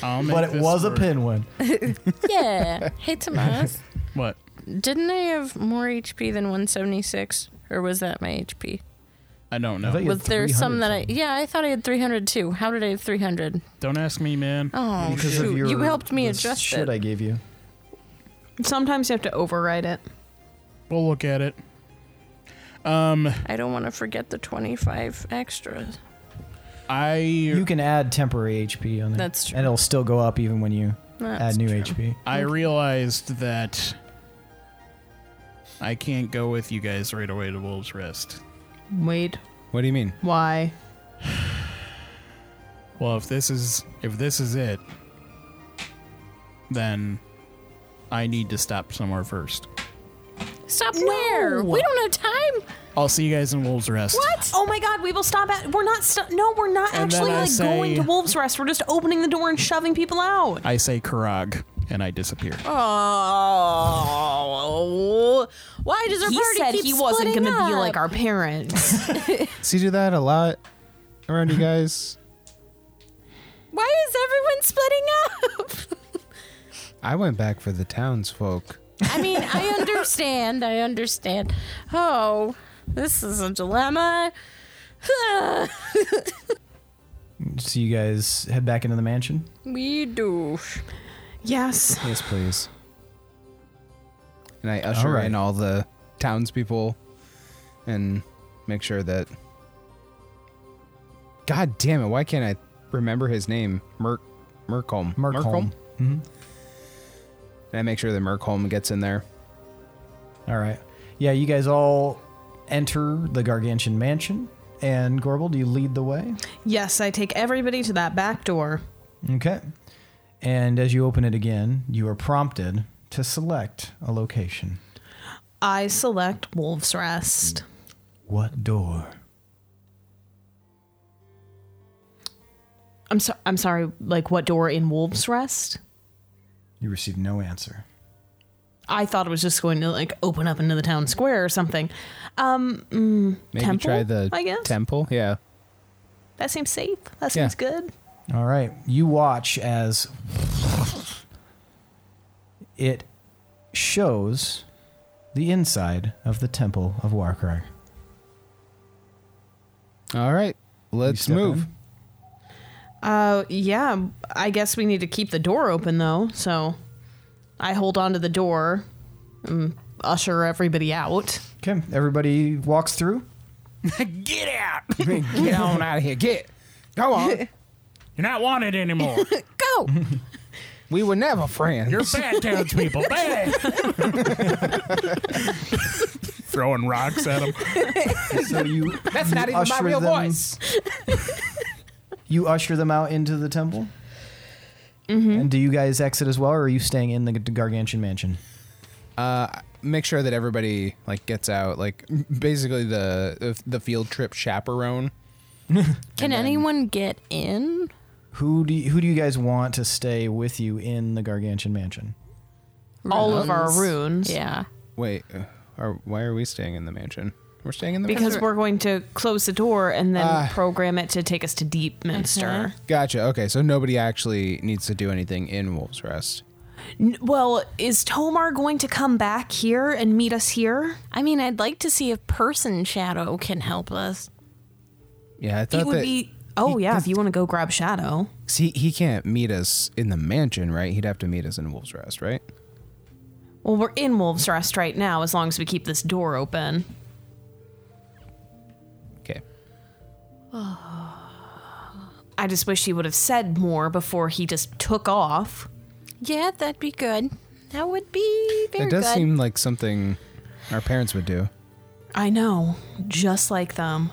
I'll make But it this was work. a pinwin. <laughs> Yeah. hey, Tomas. What? Didn't I have more HP than 176? Or was that my HP? I don't know. I thought you had Was there 300 some that I. something. Yeah, I thought I had 300 too. How did I have 300? Don't ask me, man. Oh, because shoot. of your you helped me this adjust shit it. I gave you. Sometimes you have to override it. We'll look at it. Um, I don't want to forget the 25 extras. I You can add temporary HP on there. That's true. And it'll still go up even when you That's add new true. HP. I realized that I can't go with you guys right away to Wolves Rest. Wait, What do you mean? why? Well, if this is if this is it, then I need to stop somewhere first. Stop where? We don't have time. I'll see you guys in Wolves Rest. What? Oh my God! We will stop at. We're not. St- no, we're not And then actually I like say- going to Wolves Rest. We're just opening the door and shoving people out. I say Karag, and I disappear. Oh, why does our He party said keep he wasn't splitting gonna be up? like our parents. <laughs> See, do that a lot around you guys. Why is everyone splitting up? <laughs> I went back for the townsfolk. I mean, I understand. I understand. Oh, this is a dilemma. <sighs> So you guys head back into the mansion. we do. yes. Yes, please. And I usher All right. in all the townspeople and make sure that. God damn it! Why can't I remember his name? Merk Merkholm. Merkholm. And I make sure that Merkholm gets in there. All right. Yeah, you guys all enter the Gargantian mansion. And Gorbel, do you lead the way? Yes, I take everybody to that back door. Okay. And as you open it again, you are prompted to select a location. I select Wolves Rest. What door? I'm so- I'm sorry. Like what door in Wolves Rest? You receive no answer. I thought it was just going to like open up into the town square or something. Um, mm, Maybe temple, try the I guess temple. Yeah. that seems safe. That seems good. All right. You watch as it shows the inside of the Temple of Warcry. All right. Let's move. Uh, yeah. I guess we need to keep the door open though. So I hold on to the door and usher everybody out. Okay. Everybody walks through. Get out! Get on out of here. Get. Go <laughs> on. You're not wanted anymore. <laughs> Go. we were never friends. You're bad townspeople. <laughs> Bad. Throwing rocks <laughs> at them. So you That's not even my usher real them- voice. You usher them out into the temple. Mm-hmm. And do you guys exit as well, or are you staying in the Gargantian mansion? make sure that everybody like gets out like basically the the field trip chaperone Can anyone get in? Who do you, who do you guys want to stay with you in the Gargantian mansion? All of our runes. Yeah. wait uh, are, why are we staying in the mansion we're staying in the Because mansion we're going to close the door and then Ah. program it to take us to Deepminster. gotcha okay so nobody actually needs to do anything in wolf's rest N Well, is Tomar going to come back here and meet us here? I mean, I'd like to see if Person Shadow can help us. yeah i thought It would that be. Oh yeah, if you want to go grab Shadow. see he can't meet us in the mansion right he'd have to meet us in wolf's rest right Well, we're in Wolves Rest right now. As long as we keep this door open. okay I just wish he would have said more before he just took off. Yeah, that'd be good. That would be very that does good. seem like something our parents would do I know, just like them.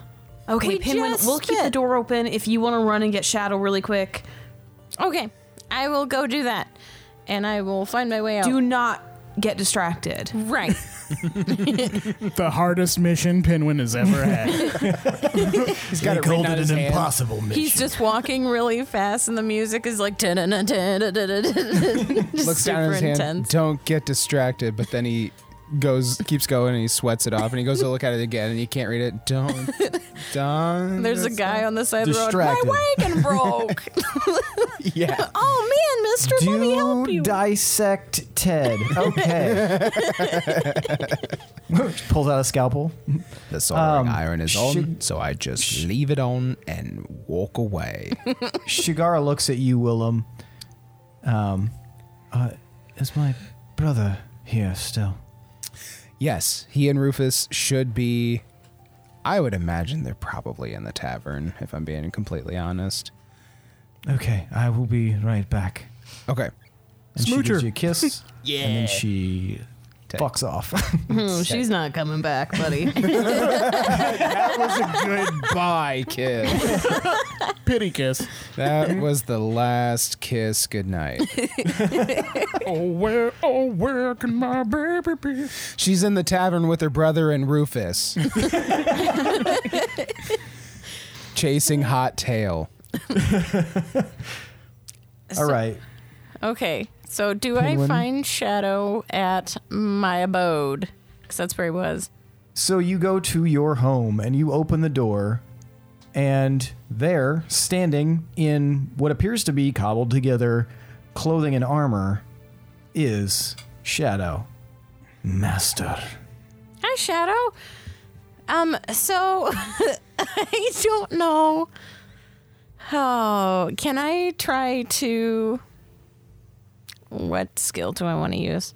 Okay, We Pinwin, just we'll keep the spit. door open if you want to run and get Shadow really quick. okay, I will go do that, and I will find my way out. Do not get distracted. right. The hardest mission Pinwin has <laughs> ever had. He's got called it an impossible mission. He's just walking really fast, and the music is like <laughs> da da da da da da looks down at his hand. intense. Don't get distracted. But then he goes, keeps going, and he sweats it off, and he goes to look at it again, and he can't read it. <laughs> Don't, don't. There's a guy on the side of the road. Distracted. My wagon broke. <laughs> Yeah. oh man, Mister, let me help Do you. dissect Ted. Okay. <laughs> Pulls out a scalpel. The soldering Um, iron is on, should- so I just leave it on and walk <laughs> away. Shigara looks at you, Willem. Um, uh, is my brother here still? yes, he and Rufus should be. I would imagine they're probably in the tavern, if I'm being completely honest. Okay, I will be right back. Okay. And she gives you a <laughs> kiss. Yeah. And then she Ted. fucks <laughs> off. Oh, she's not coming back, buddy. Goodbye. Bye, kid. pity kiss. That was the last kiss goodnight. Oh where, oh where can my baby be? She's in the tavern with her brother and Rufus. Chasing Hot Tail. All right. Okay, so do I find Shadow at my abode? Because that's where he was. So you go to your home and you open the door, and there, standing in what appears to be cobbled together clothing and armor, is Shadow. Master. Hi, Shadow. Um, so <laughs> I don't know. Oh, can I try to? What skill do I want to use?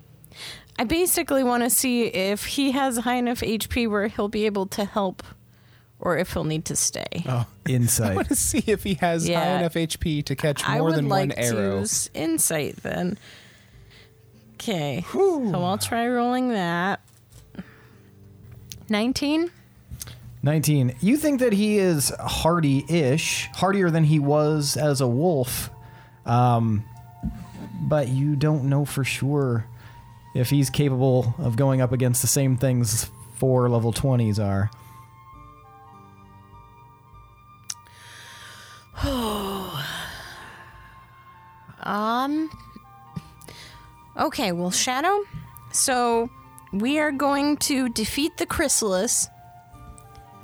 I basically want to see if he has high enough HP where he'll be able to help, or if he'll need to stay. I Insight. want to see if he has high Yeah. enough HP to catch I more would than like one arrow. to use insight then. Okay, so I'll try rolling that. Nineteen. 19. You think that he is hardy ish, hardier than he was as a wolf, um, but you don't know for sure if he's capable of going up against the same things four level 20s are. Um. Okay, well, Shadow. So we are going to defeat the chrysalis.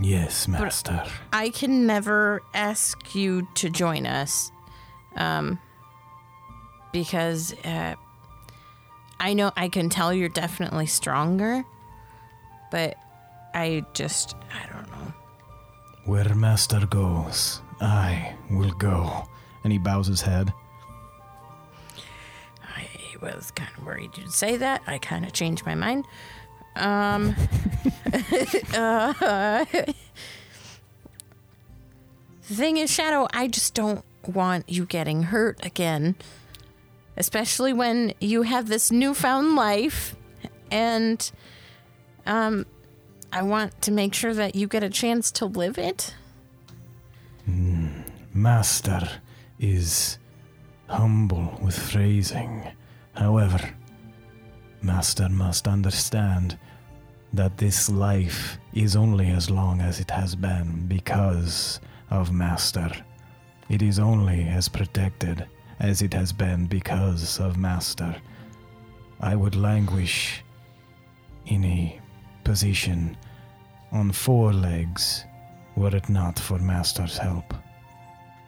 Yes, master. I can never ask you to join us, um, because uh, I know I can tell you're definitely stronger, but I just I don't know. Where master goes, I will go. And he bows his head. I was kind of worried you'd say that. I kind of changed my mind. Um, uh, the thing is, Shadow, I just don't want you getting hurt again, especially when you have this newfound life, and um, I want to make sure that you get a chance to live it. Master is humble with phrasing. However, Master must understand that this life is only as long as it has been because of Master. It is only as protected as it has been because of Master. I would languish in a position on four legs were it not for Master's help.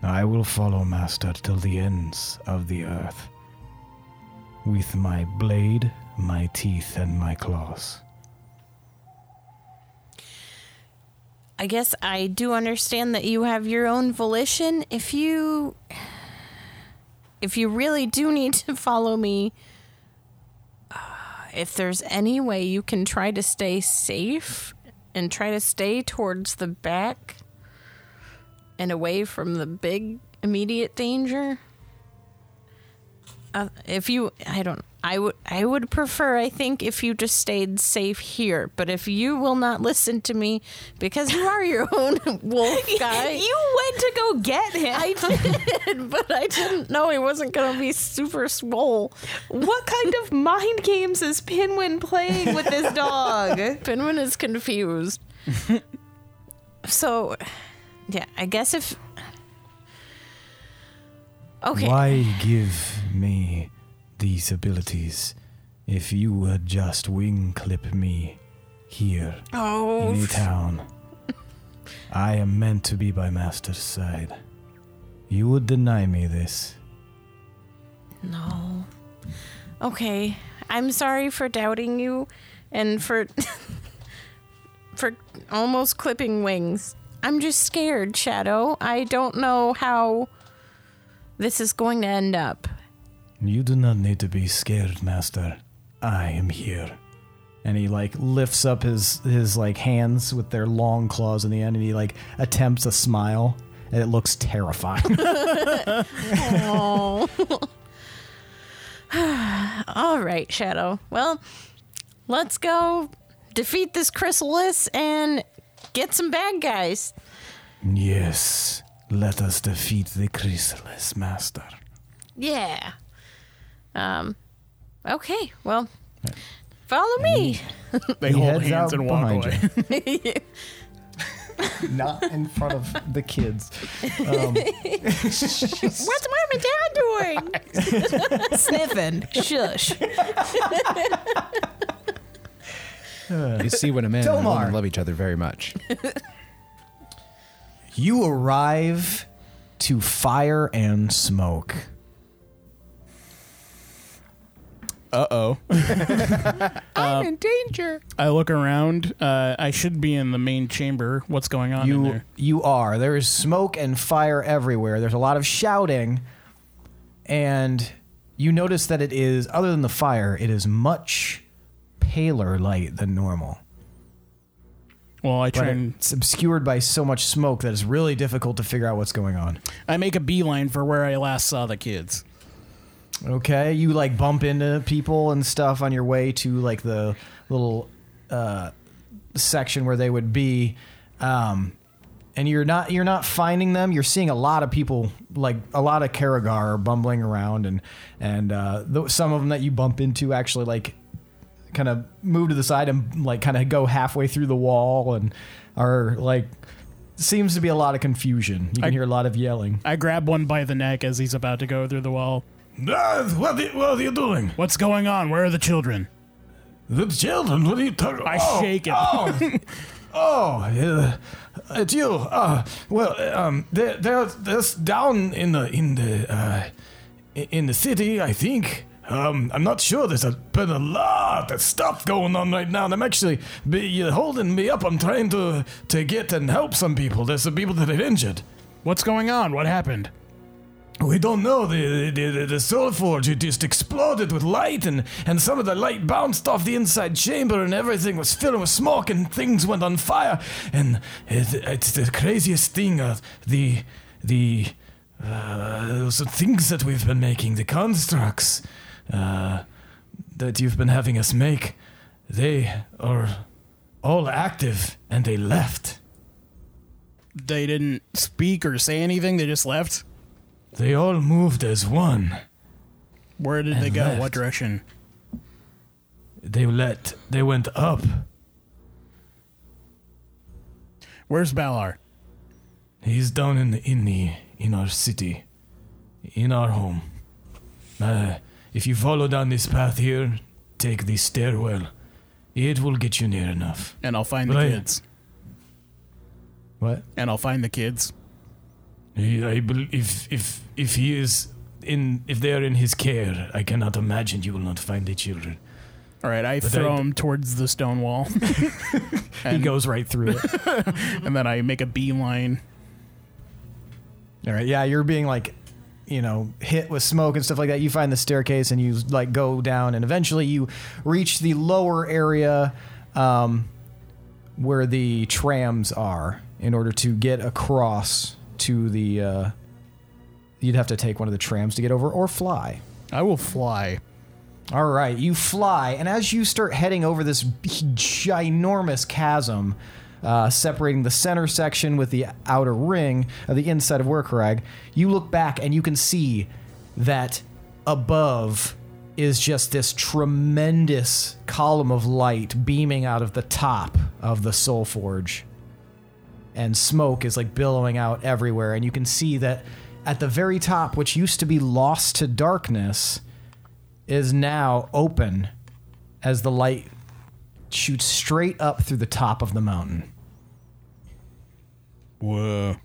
I will follow Master till the ends of the earth. With my blade, my teeth, and my claws. I guess I do understand that you have your own volition. If you if you really do need to follow me, uh, if there's any way you can try to stay safe and try to stay towards the back and away from the big immediate danger. Uh, if you I don't I would I would prefer I think if you just stayed safe here, but if you will not listen to me because you are your <laughs> own <laughs> wolf guy. You went to go get him. I did, <laughs> but I didn't know he wasn't gonna be super swole. what kind of mind games is Pinwin playing with this dog? <laughs> Pinwin is confused. <laughs> so, yeah, I guess if okay, Why give me these abilities if you would just wing clip me here oh, in a town? I am meant to be by Master's side. You would deny me this. No. Okay. I'm sorry for doubting you and for <laughs> for almost clipping wings. I'm just scared, Shadow. I don't know how this is going to end up. You do not need to be scared, Master. I am here. and he like lifts up his his like hands with their long claws in the end and he like attempts a smile and it looks <laughs> terrifying Oh. All right, Shadow. Well, let's go defeat this chrysalis and get some bad guys. Yes, Let us defeat the chrysalis, master. Yeah. Um. Okay. Well, follow me. They He heads hold hands out and walk behind away. Not in front of the kids. What's mom and dad doing? <laughs> Sniffing. Shush. You see what a man and a Tomar. woman love each other very much. You arrive to fire and smoke. Uh oh. <laughs> I'm in danger. I look around. Uh, I should be in the main chamber. What's going on in You there? you are. There is smoke and fire everywhere. There's a lot of shouting and you notice that it is other than the fire, it is much paler light than normal. Well, I But try and it's obscured by so much smoke that it's really difficult to figure out what's going on. I make a beeline for where I last saw the kids. Okay, you like bump into people and stuff on your way to like the little uh, section where they would be, um, and you're not you're not finding them. You're seeing a lot of people, like a lot of Karagar, are bumbling around, and and uh, th- some of them that you bump into actually like kind of move to the side and like kind of go halfway through the wall and are like seems to be a lot of confusion. You can I- hear a lot of yelling. I grab one by the neck as he's about to go through the wall. Ah, what, are, what are you doing? What's going on? Where are the children? The children, what are you talking I oh, shake him. Oh, <laughs> oh uh, it's you. Uh, well, um, they're, they're, they're down in the, in the, uh, i- in the city, I think. Um, I'm not sure. There's a, been a lot of stuff going on right now, and I'm actually be, uh, holding me up. I'm trying to to get and help some people. There's some people that are injured. What's going on? What happened? We don't know. The, the, the, the soul forge it just exploded with light, and, and some of the light bounced off the inside chamber, and everything was filled with smoke, and things went on fire. And it, it's the craziest thing. Uh, the the uh, those things that we've been making, the constructs uh, that you've been having us make, they are all active, and they left. They didn't speak or say anything. They just left. They all moved as one. Where did they And go? left. What direction? They let they went up. Where's Balar? He's down in the, in the in our city, in our home. Uh, if you follow down this path here, take the stairwell. It will get you near enough. And I'll find the Right. kids. What? And I'll find the kids. He, I bel if if if he is in if they are in his care, I cannot imagine you will not find the children. All right, I But throw they- him towards the stone <laughs> wall, He goes right through it. and then I make a beeline. All right. Yeah, you're being like, you know, hit with smoke and stuff like that. You find the staircase and you like go down, and eventually you reach the lower area um, where the trams are in order to get across to the. Uh, you'd have to take one of the trams to get over or fly. I will fly. All right, you fly, and as you start heading over this ginormous chasm, uh, separating the center section with the outer ring of the inside of Werkarag, you look back and you can see that above is just this tremendous column of light beaming out of the top of the Soul Forge and smoke is like billowing out everywhere and you can see that at the very top which used to be lost to darkness is now open as the light shoots straight up through the top of the mountain Whoa.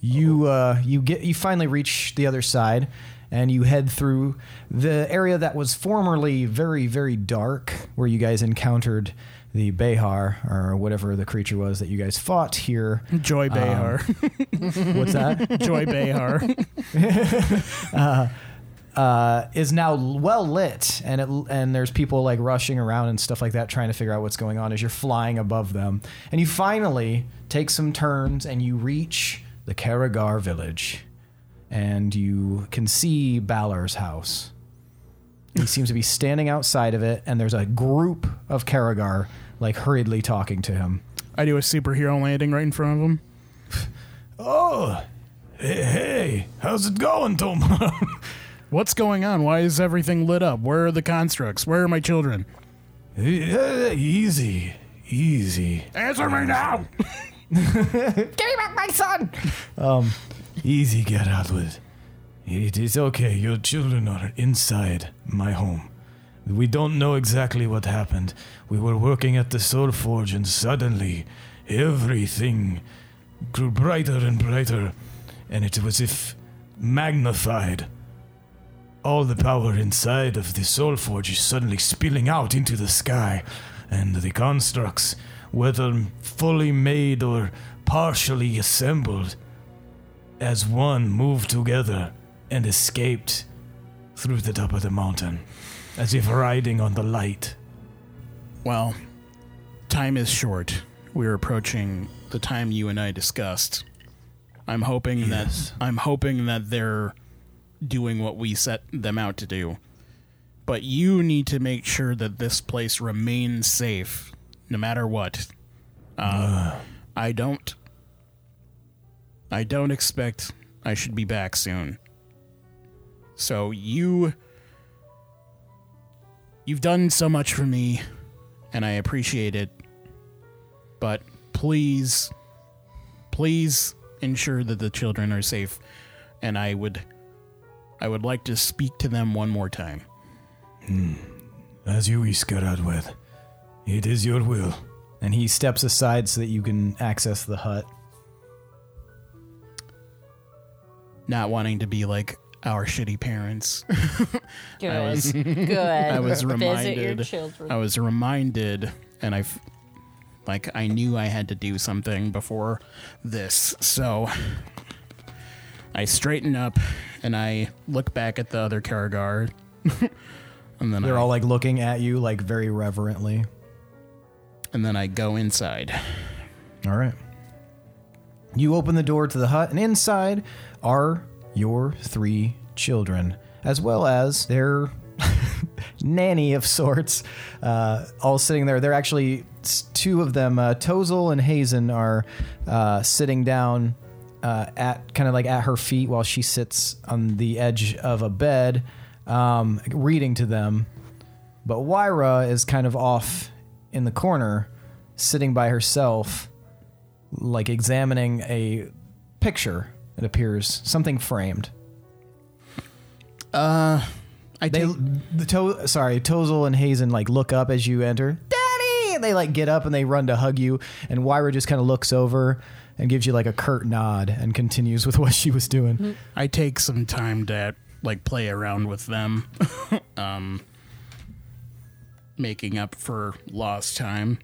you uh, you get you finally reach the other side and you head through the area that was formerly very very dark where you guys encountered the behar or whatever the creature was that you guys fought here Joy <laughs> Behar. what's that Joy Behar. uh, is now well lit, and it and there's people like rushing around and stuff like that, trying to figure out what's going on as you're flying above them, and you finally take some turns and you reach the Karagar village, and you can see Balor's house. He seems to be standing outside of it, and there's a group of Karagar like hurriedly talking to him. I do a superhero landing right in front of him. Oh, hey, hey, how's it going, Tom? <laughs> What's going on? Why is everything lit up? Where are the constructs? Where are my children? Yeah, easy, easy, Answer me now! easy. Get out with it. It is okay. Your children are inside my home. We don't know exactly what happened. We were working at the Soul Forge, and suddenly everything grew brighter and brighter, and it was if magnified. All the power inside of the Soul Forge is suddenly spilling out into the sky, and the constructs, whether fully made or partially assembled, as one moved together and escaped through the top of the mountain, as if riding on the light. Well, time is short. We're approaching the time you and I discussed. I'm hoping Yes. that I'm hoping that they're doing what we set them out to do. But you need to make sure that this place remains safe no matter what. Uh, I don't I don't expect I should be back soon. So you you've done so much for me and I appreciate it. But please, please ensure that the children are safe. And I would, I would like to speak to them one more time. As you wish, Garadwed. It is your will. And he steps aside so that you can access the hut. Not wanting to be like our shitty parents. Good. Good. I <laughs> Visit was your reminded. children. I was reminded, and I, f- like, I knew I had to do something before this. So I straighten up and I look back at the other Kargar. <laughs> and then They're I, all like looking at you like very reverently. and then I go inside. All right. You open the door to the hut, and inside are your three children, as well as their <laughs> nanny of sorts, uh, all sitting there. They're actually s- two of them, uh, Tozel and Hazen, are uh, sitting down uh, at kind of like at her feet while she sits on the edge of a bed, um, reading to them. But Wyra is kind of off in the corner, sitting by herself, like examining a picture, it appears, something framed. I They, take- the to, sorry, Tozel and Hazen like look up as you enter. Daddy! And they like get up and they run to hug you. And Wyra just kind of looks over and gives you like a curt nod and continues with <laughs> what she was doing. I take some time to like play around with them, <laughs> um, making up for lost time.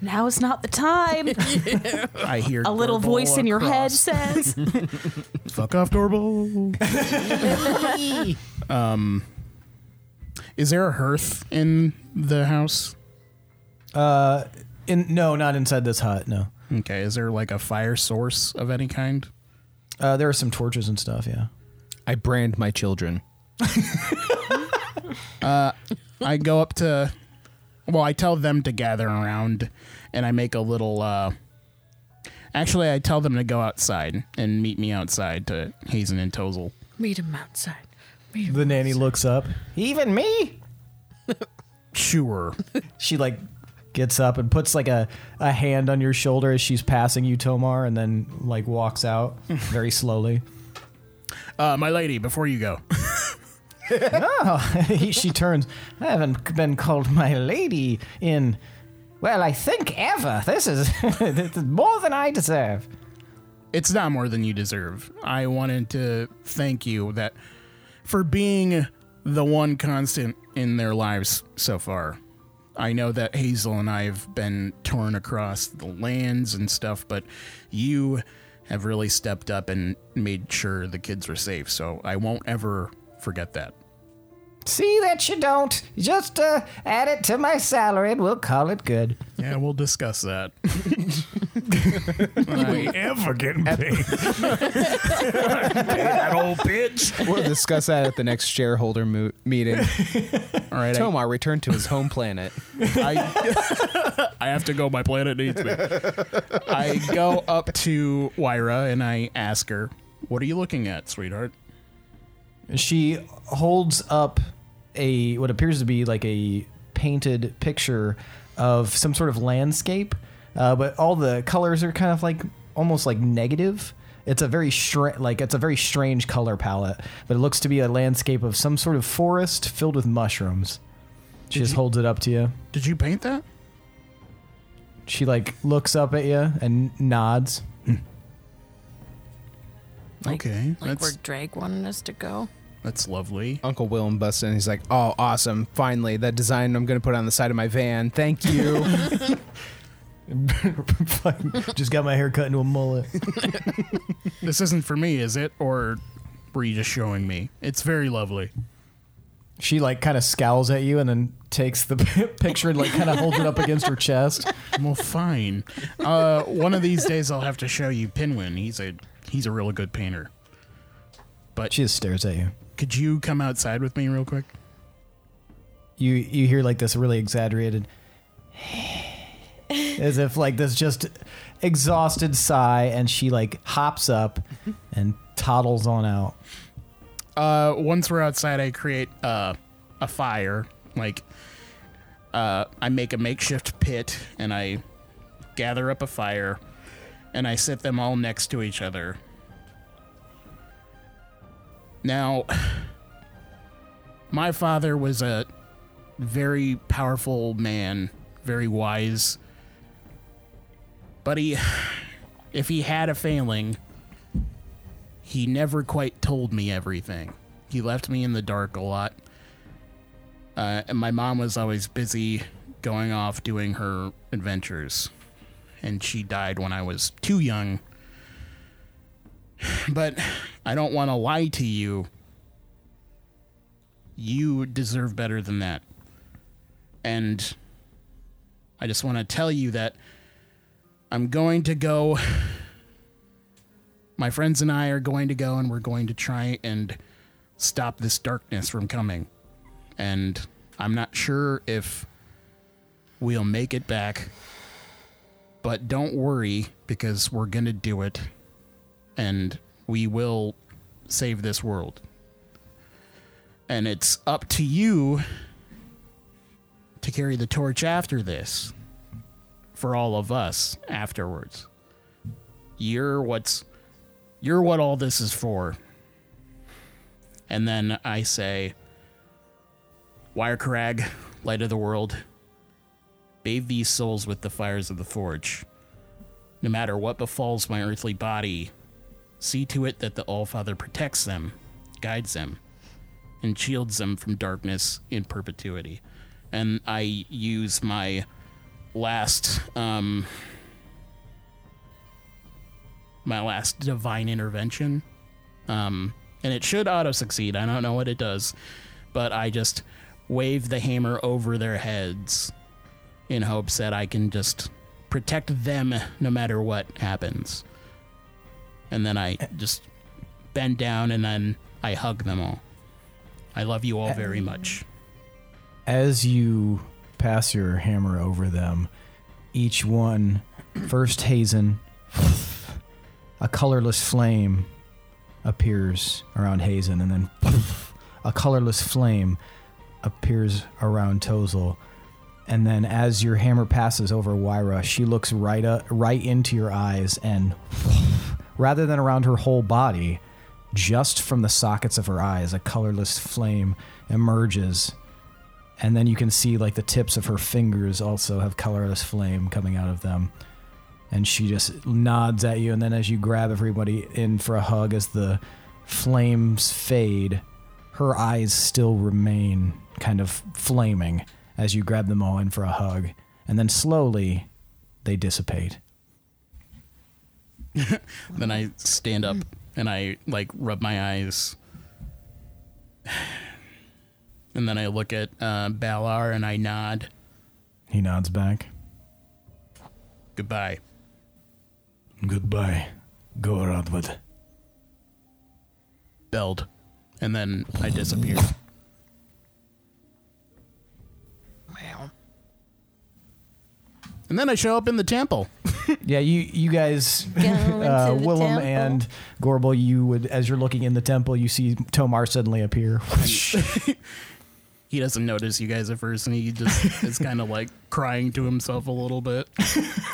Now is not the time. I hear <laughs> A little voice in your head says, "Fuck off, Dorbal." um, is there a hearth in the house? In, no, not inside this hut, no. Okay, is there like a fire source of any kind? Uh, there are some torches and stuff, yeah. I brand my children. Uh, I go up to, well, I tell them to gather around, and I make a little. uh Actually, I tell them to go outside and meet me outside to Hazen and Tozel. Meet him outside. The nanny looks up. Even me? <laughs> Sure. she like gets up and puts like a, a hand on your shoulder as she's passing you tomar and then like walks out very slowly Uh, my lady, before you go, He- <laughs> she turns i haven't been called my lady in well i think ever this is, <laughs> this is more than i deserve it's not more than you deserve. I wanted to thank you that for being the one constant in their lives so far. I know that Hazel and I have been torn across the lands and stuff, but you have really stepped up and made sure the kids were safe. So I won't ever forget that. see that you don't just uh, add it to my salary and we'll call it good Yeah, we'll discuss that. We ever <laughs> getting paid? that old bitch. We'll discuss that at the next shareholder mo- meeting. All right. I- Tomar returned to his home planet. I, I have to go. My planet needs me. I go up to Wyra and I ask her, "What are you looking at, sweetheart?" She holds up a what appears to be like a painted picture of some sort of landscape, uh, but all the colors are kind of like almost like negative. It's a very stra- like it's a very strange color palette, but it looks to be a landscape of some sort of forest filled with mushrooms. She just holds it up to you. Did you paint that? She like looks up at you and nods. <laughs> Like, Okay, Like where that's Drake wanted us to go. that's lovely. Uncle Willem busts in. He's like, "Oh, awesome! Finally, that design I'm going to put on the side of my van. Thank <laughs> you." just got my hair cut into a mullet. This isn't for me, is it? Or were you just showing me? It's very lovely. She like kind of scowls at you and then takes the <laughs> picture and like kind of holds it up against her chest. Well, fine. Uh, one of these days, I'll have to show you Pinwin. He's a he's a really good painter. She just stares at you. Could you come outside with me real quick? You you hear like this really exaggerated, as if like this just exhausted sigh, and she like hops up and toddles on out. Uh, once we're outside, I create uh, a fire. Like, uh, I make a makeshift pit and I gather up a fire and I set them all next to each other. Now, <sighs> my father was a very powerful man, very wise. But he, <sighs> if he had a failing, he never quite told me everything. He left me in the dark a lot. Uh, and my mom was always busy going off doing her adventures. And she died when I was too young. <sighs> But I don't want to lie to you. You deserve better than that. And I just want to tell you that I'm going to go my friends and I are going to go and we're going to try and stop this darkness from coming. And I'm not sure if we'll make it back. But don't worry because we're going to do it and we will save this world. And it's up to you to carry the torch after this for all of us afterwards. You're what's you're what all this is for. And then I say, Wirecrag, light of the world, bathe these souls with the fires of the forge. No matter what befalls my earthly body, see to it that the Allfather protects them, guides them, and shields them from darkness in perpetuity. And I use my last um, my last divine intervention. Um, and it should auto succeed. I don't know what it does, but I just wave the hammer over their heads in hopes that I can just protect them no matter what happens. And then I just bend down and then I hug them all. I love you all very much. As you pass your hammer over them, each one, first Hazen, a colorless flame appears around Hazen, and then a colorless flame appears around Tozel. And then, as your hammer passes over Wyra, she looks right up, right into your eyes, and rather than around her whole body, just from the sockets of her eyes, a colorless flame emerges and then you can see like the tips of her fingers also have colorless flame coming out of them and she just nods at you and then as you grab everybody in for a hug as the flames fade her eyes still remain kind of flaming as you grab them all in for a hug and then slowly they dissipate Then I stand up and I like rub my eyes. And then I look at uh, Balar and I nod. he nods back Goodbye. Goodbye, Gorodvad. Belled. And then I disappear. And And then I show up in the temple. Yeah, you you guys, into <laughs> uh, the Willem temple. and Gorbel, you would as you're looking in the temple, you see Tomar suddenly appear. He doesn't notice you guys at first, and he just is kind of like <laughs> crying to himself a little bit.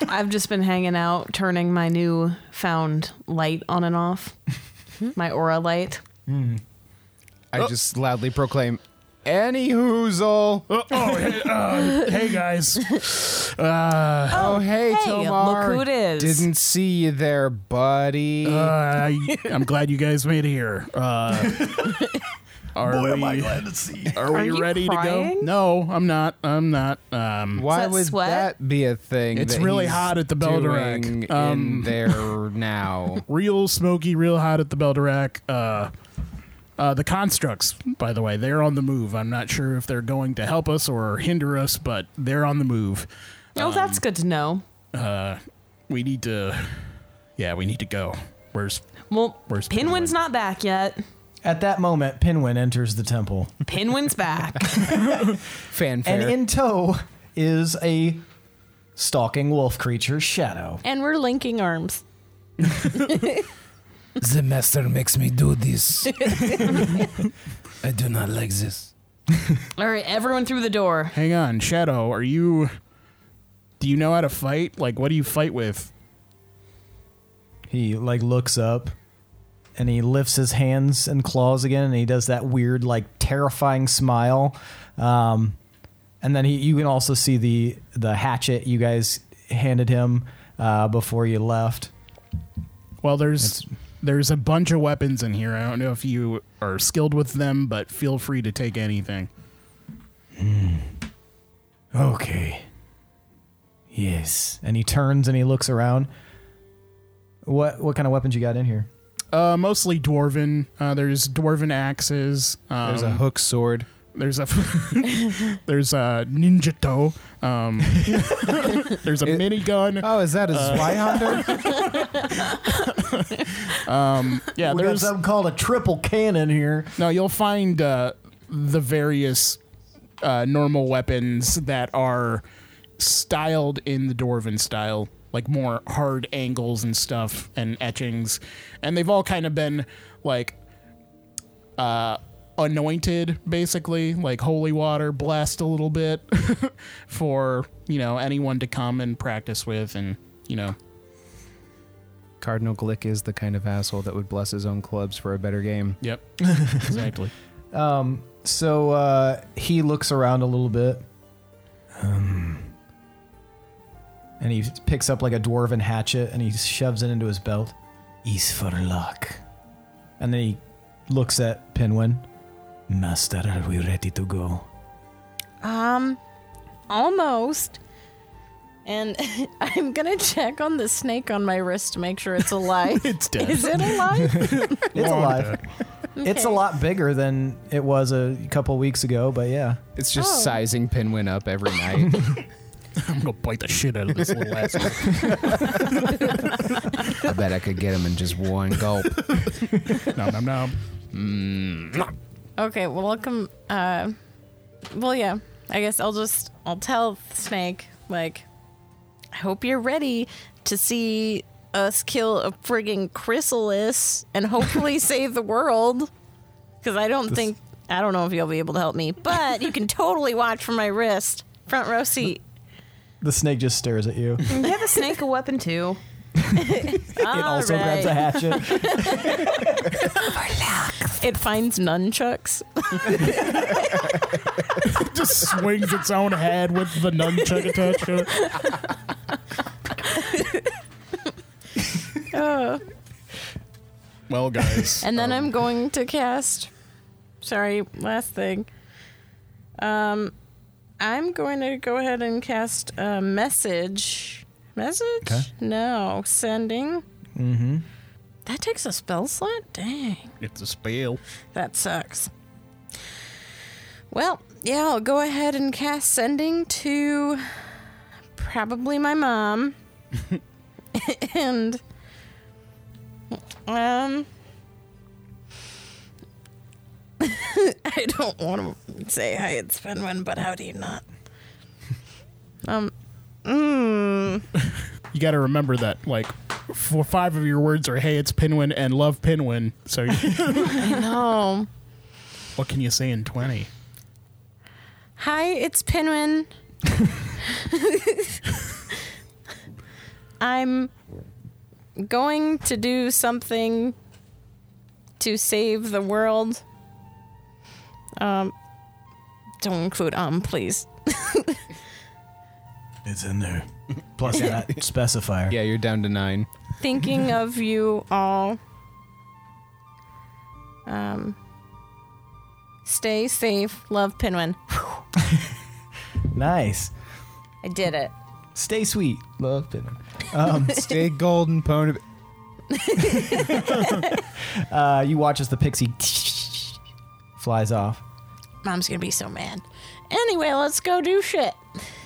I've just been hanging out, turning my new found light on and <laughs> off, my aura light. I just loudly proclaim, "Any hoozle!" Oh, Hey guys, Oh, hey, hey, Tomar, Oh, look who it is. Didn't see you there, buddy. uh, I, I'm glad you guys made it here. Uh, are we, to see you. are Are we you ready to go? crying? No, I'm not. I'm not. Um, Why that would sweat? that be a thing? It's that really he's hot at the Belderac. doing in Um, there <laughs> now. real smoky, real hot at the Belderac. Uh, uh, the constructs, by the way, they're on the move. I'm not sure if they're going to help us or hinder us, but they're on the move. Oh, that's good to know. We need to, yeah, we need to go. Where's Well, where's Pinwin's not back yet. At that moment, Pinwin enters the temple, Pinwin's back. Fanfare. and in tow is a stalking wolf creature, Shadow. And we're linking arms. <laughs> The master makes me do <laughs> this. I do not like this. All right, everyone through the door. Hang on, Shadow. Are you? Do you know how to fight? Like, what do you fight with? He like looks up, and he lifts his hands and claws again, and he does that weird like terrifying smile. Um, and then he, you can also see the the hatchet you guys handed him uh, before you left. Well, there's there's a bunch of weapons in here. I don't know if you are skilled with them, but feel free to take anything. Okay. Yes. And he turns and he looks around. What what kind of weapons you got in here? Uh, mostly dwarven. Uh, there's dwarven axes. Um, There's a hook sword. There's a <laughs> there's a ninja toe. Um, <laughs> there's a It- minigun. Oh, is that a uh, <laughs> Zweihander? Yeah, We got there's something called a triple cannon here. no. You'll find uh, the various uh, normal weapons that are styled in the dwarven style, like more hard angles and stuff and etchings, and they've all kind of been like uh, anointed, basically, like holy water, blessed a little bit <laughs> for you know anyone to come and practice with, and you know Cardinal Glick is the kind of asshole that would bless his own clubs for a better game. Yep. <laughs> exactly. So uh, he looks around a little bit. Um, and he picks up like a dwarven hatchet and he shoves it into his belt. Is for luck. And then he looks at Pinwin. Master, are we ready to go? Um, almost. And <laughs> I'm gonna check on the snake on my wrist to make sure <laughs> it's alive. It's dead. Is it alive? It's alive. It's a Okay. lot bigger than it was a couple weeks ago, but yeah. It's just Oh. sizing Pinwin up every night. <laughs> I'm gonna bite the shit out of this little asshole. I bet I could get him in just one gulp. nom nom nom. Okay, well, welcome. Uh, well, yeah. I guess I'll just I'll tell Snake like, I hope you're ready to see us kill a frigging chrysalis and <laughs> hopefully save the world. Because I don't think I don't know if you'll be able to help me, but you can totally watch from my wrist, front row <laughs> seat. The snake just stares at you. it Yeah, the snake a weapon too. also grabs <laughs> a hatchet. It finds nunchucks. <laughs> Just swings its own head with the nunchuck attached to it. Well, guys. And then I'm going to cast. Sorry, last thing. Um, I'm going to go ahead and cast a message. Message? No, sending. Mm-hmm. That takes a spell slot. Dang, It's a spell. that sucks. Well, yeah, I'll go ahead and cast sending to probably my <laughs> mom. <laughs> and um <laughs> I don't want <laughs> to say hi, it's Finwin, but how do you not? Um, mm, You got to remember that, like, four, five of your words are "Hey, it's Pinwin" and "Love Pinwin." So, <laughs> No. what can you say in twenty? <laughs> Hi, it's Pinwin. <laughs> I'm going to do something to save the world. Um, don't include um, please. It's in there. <laughs> Plus that <laughs> specifier. Yeah, you're down to nine. Thinking of you all. Um, stay safe. Love Pinwin. Nice. I did it. Stay sweet. Love Pinwin. Stay golden, pony. Uh, you watch as the pixie <laughs> flies off. Mom's gonna be so mad. Anyway, let's go do shit.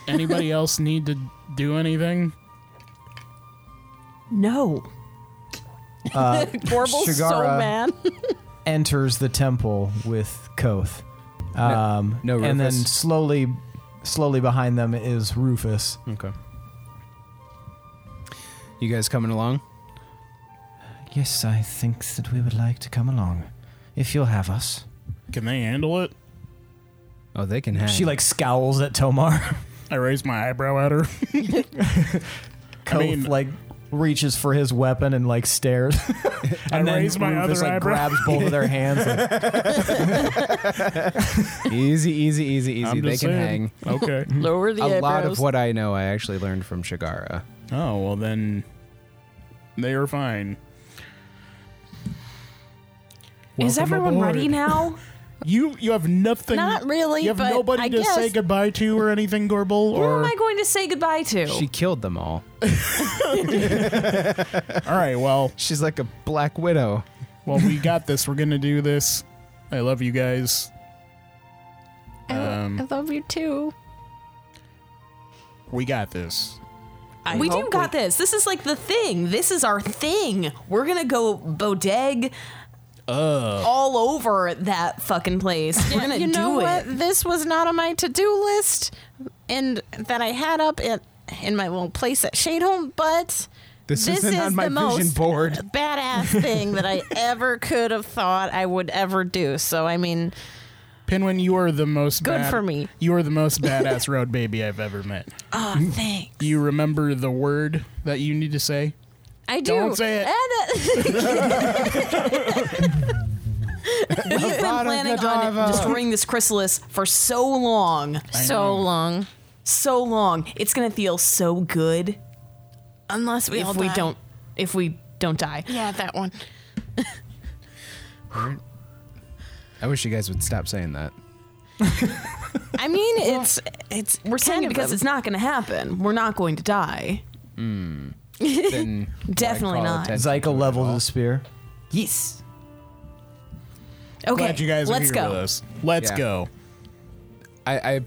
Anybody else need to do anything? No. <laughs> Gorble's so Uh, Shigara. mad. Enters the temple with Koth. Um, No- no and then Rufus. slowly, slowly behind them is Rufus. Okay. You guys coming along? Yes, I think that we would like to come along, if you'll have us. Can they handle it? Oh, they can hang. She like scowls at <laughs> Tomar. I raised my eyebrow at her. <laughs> <laughs> Koth mean- like reaches for his weapon and like <laughs> stares. and I then raised my Rufus other like eyebrow. grabs both of their hands. like, <laughs> easy, easy, easy, easy. I'm they just can saying. hang. <laughs> <laughs> Okay. Lower the A lot of what I know, I actually learned from Shigara. Oh well, then they are fine. Is everyone ready now? You you have nothing. Not really, You have but nobody I to say guess- Oh goodbye to or anything, Gorbel. Who Or am I going to say goodbye to? She killed them all. all right, well, She's like a black widow. well, we got this. We're gonna do this. I love you guys. Um, I love you too. we got this. we do got this. This is like the thing. This is our thing. We're gonna go bodeg Oh. all over that fucking place. We're gonna you do know it. what? This was not on my to-do list, and that I had up at in my little place at Shadehome, but. This is isn't on my the most vision <laughs> board. <laughs> badass thing that <laughs> I ever could have thought I would ever do. So I mean, Pinwin, you are the most Good bad- for me. You are the most badass road baby I've ever met. oh thanks. You remember the word that you need to say? I do. Don't say it. And uh, that- We've been planning on destroying this chrysalis for so long, so long. so long. It's gonna feel so good Unless we all if we die. don't, if we don't die. Yeah, that one. I wish you guys would stop saying that. <laughs> I <laughs> mean, it's it's We're saying kind it of because a- it's not gonna happen. We're not going to die. Then Definitely call not. attention to it Zyka at levels all. the spear. Yes. Okay, Glad you guys let's are here go. with us. Let's Yeah. go. I, I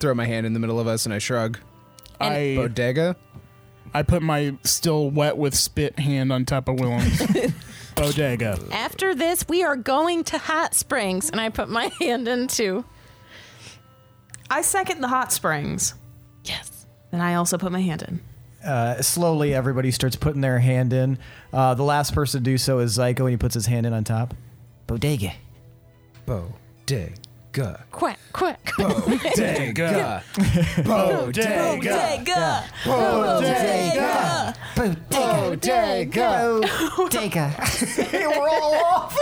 throw my hand in the middle of us and I shrug. I Bodega. I put my still wet with spit hand on top <laughs> of Willem's bodega. After this, we are going to hot springs, and I put my <laughs> hand into. I second the hot springs. Yes. Then I also put my hand in. Uh, slowly, everybody starts putting their hand in. Uh, the last person to do so is Zyko, and he puts his hand in on top. Bodega. Bodega. Quack quack. Bodega. Bodega. Bodega. Bodega. <laughs> <laughs> Bodega. We're all off.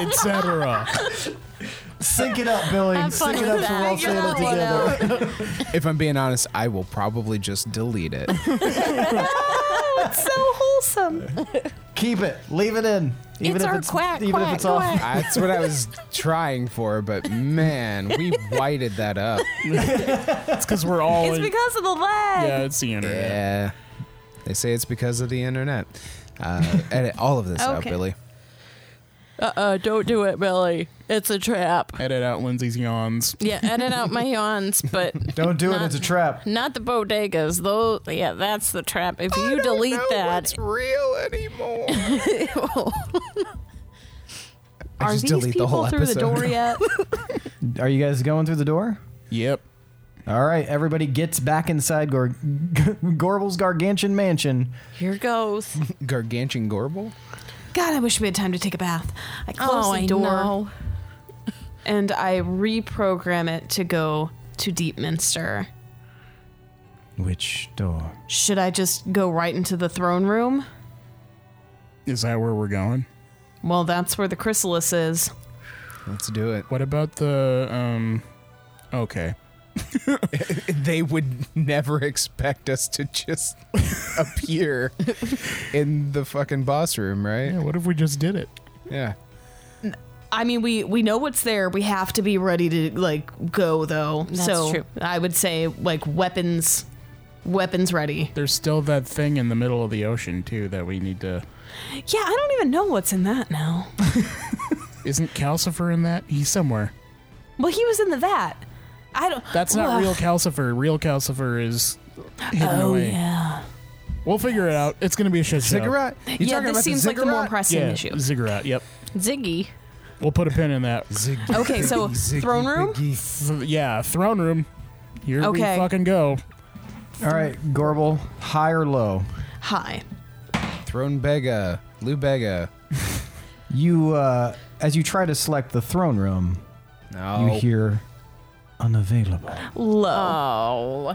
etc. Sync it up, Billy. Have fun Sync it up with so that. we're all Figure saying it that one together. out. If I'm being honest, I will probably just delete <laughs> it. So wholesome. Keep it. Leave it in. Even It's if our it's, quack Even quack if it's off. <laughs> quack. That's what I was trying for, but man, we whited that up. It's because we're all. It's in- because of the leg. yeah, it's the internet. Yeah. They say it's because of the internet. Uh, edit all of this out, Okay. Billy. Uh oh! Don't do it, Billy. It's a trap. Edit out Lindsay's yawns. Yeah, edit out my yawns, but Don't do Not- it. It's a trap. not the bodegas. Though, yeah, that's the trap. If you delete that, real <laughs> anymore. I Are just these delete the people whole through episode. the door yet? Are you guys going through the door? Yep. All right, everybody gets back inside Gor- <laughs> Gorble's gargantuan mansion. Here goes. <laughs> Gargantuan Gorble? God, I wish we had time to take a bath. I close Oh, the I door know. and I reprogram it to go to Deepminster. Which door? Should I just go right into the throne room? Is that where we're going? Well, that's where the chrysalis is. Let's do it. What about the um? Okay. They would never expect us to just <laughs> appear in the fucking boss room, Yeah. right? What if we just did it? Yeah. I mean, we we know what's there. We have to be ready to like go though. That's so true. I would say like weapons, weapons ready. There's still that thing in the middle of the ocean too that we need to. Yeah, I don't even know what's in that now. Isn't Calcifer in that? He's somewhere. Well, he was in the vat. I don't. That's not Ugh. real Calcifer. Real Calcifer is hidden Oh away. yeah. We'll figure it out. It's gonna be a shit show. Ziggurat? You yeah, talking this about seems the like the more ziggurat? pressing Yeah, issue. ziggurat. Yep. Ziggy. We'll put a pin in that. <laughs> Okay, so throne room. Th- yeah, throne room. Here we Okay. fucking go. All right, Gorble, high or low? Hi. Throne Bega. Lou Bega. You, uh, as you try to select the throne room, No. you hear unavailable. Low. Oh.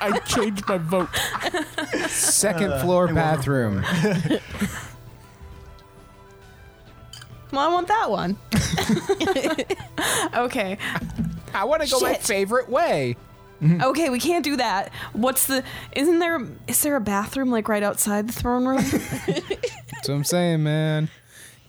I changed my vote. Second floor bathroom. Well, I want that one. <laughs> okay. I want to go my Shit. favorite way. Okay, we can't do that. What's the Isn't there is there a bathroom like right outside the throne room? That's what I'm saying, man.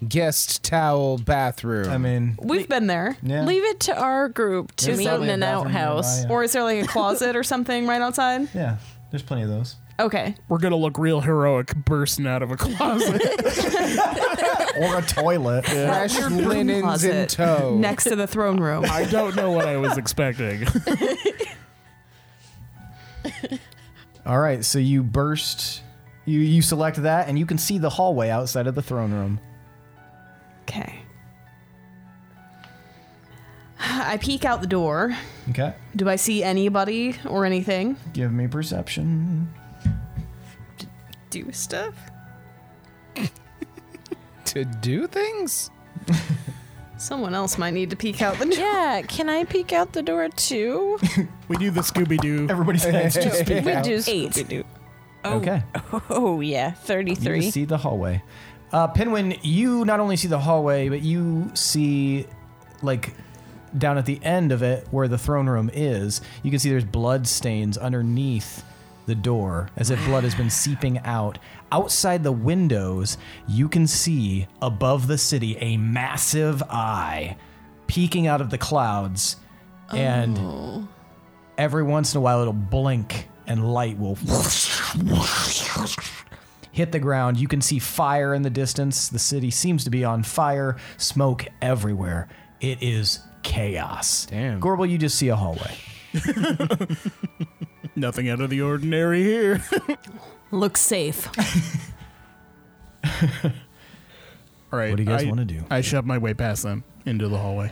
Guest towel bathroom. I mean, <laughs> We've been there. yeah. Leave it to our group to There's meet in probably a an bathroom outhouse. nearby, Or is there like a closet or something right outside? yeah. yeah, there's plenty of those. Okay. We're gonna look real heroic bursting out of a closet. or <laughs> a toilet. fresh linens in Closet tow. Next to the throne room. I don't know what I was expecting. All right, so you burst, you you select that, and you can see the hallway outside of the throne room. Okay. I peek out the door. Okay, Do I see anybody or anything? give me perception. Do stuff? to do things? Someone else might need to peek out the door. Yeah, can I peek out the door too? <laughs> We do the Scooby Doo. Everybody's hands just speak We out. do eight. Okay, Oh yeah, you thirty-three. see the hallway. Uh, Pinwin, you not only see the hallway, but you see, like, down at the end of it where the throne room is. You can see there's blood stains underneath the door, as if blood has <sighs> been seeping out. Outside the windows, you can see above the city a massive eye peeking out of the clouds, and every once in a while it'll blink and light will hit the ground. You can see fire in the distance. The city seems to be on fire, smoke everywhere. It is chaos. Damn. Gorble, you just see a hallway. Nothing out of the ordinary here. <laughs> Looks safe. All right. What do you guys I- wanna do? I shove my way past them into the hallway.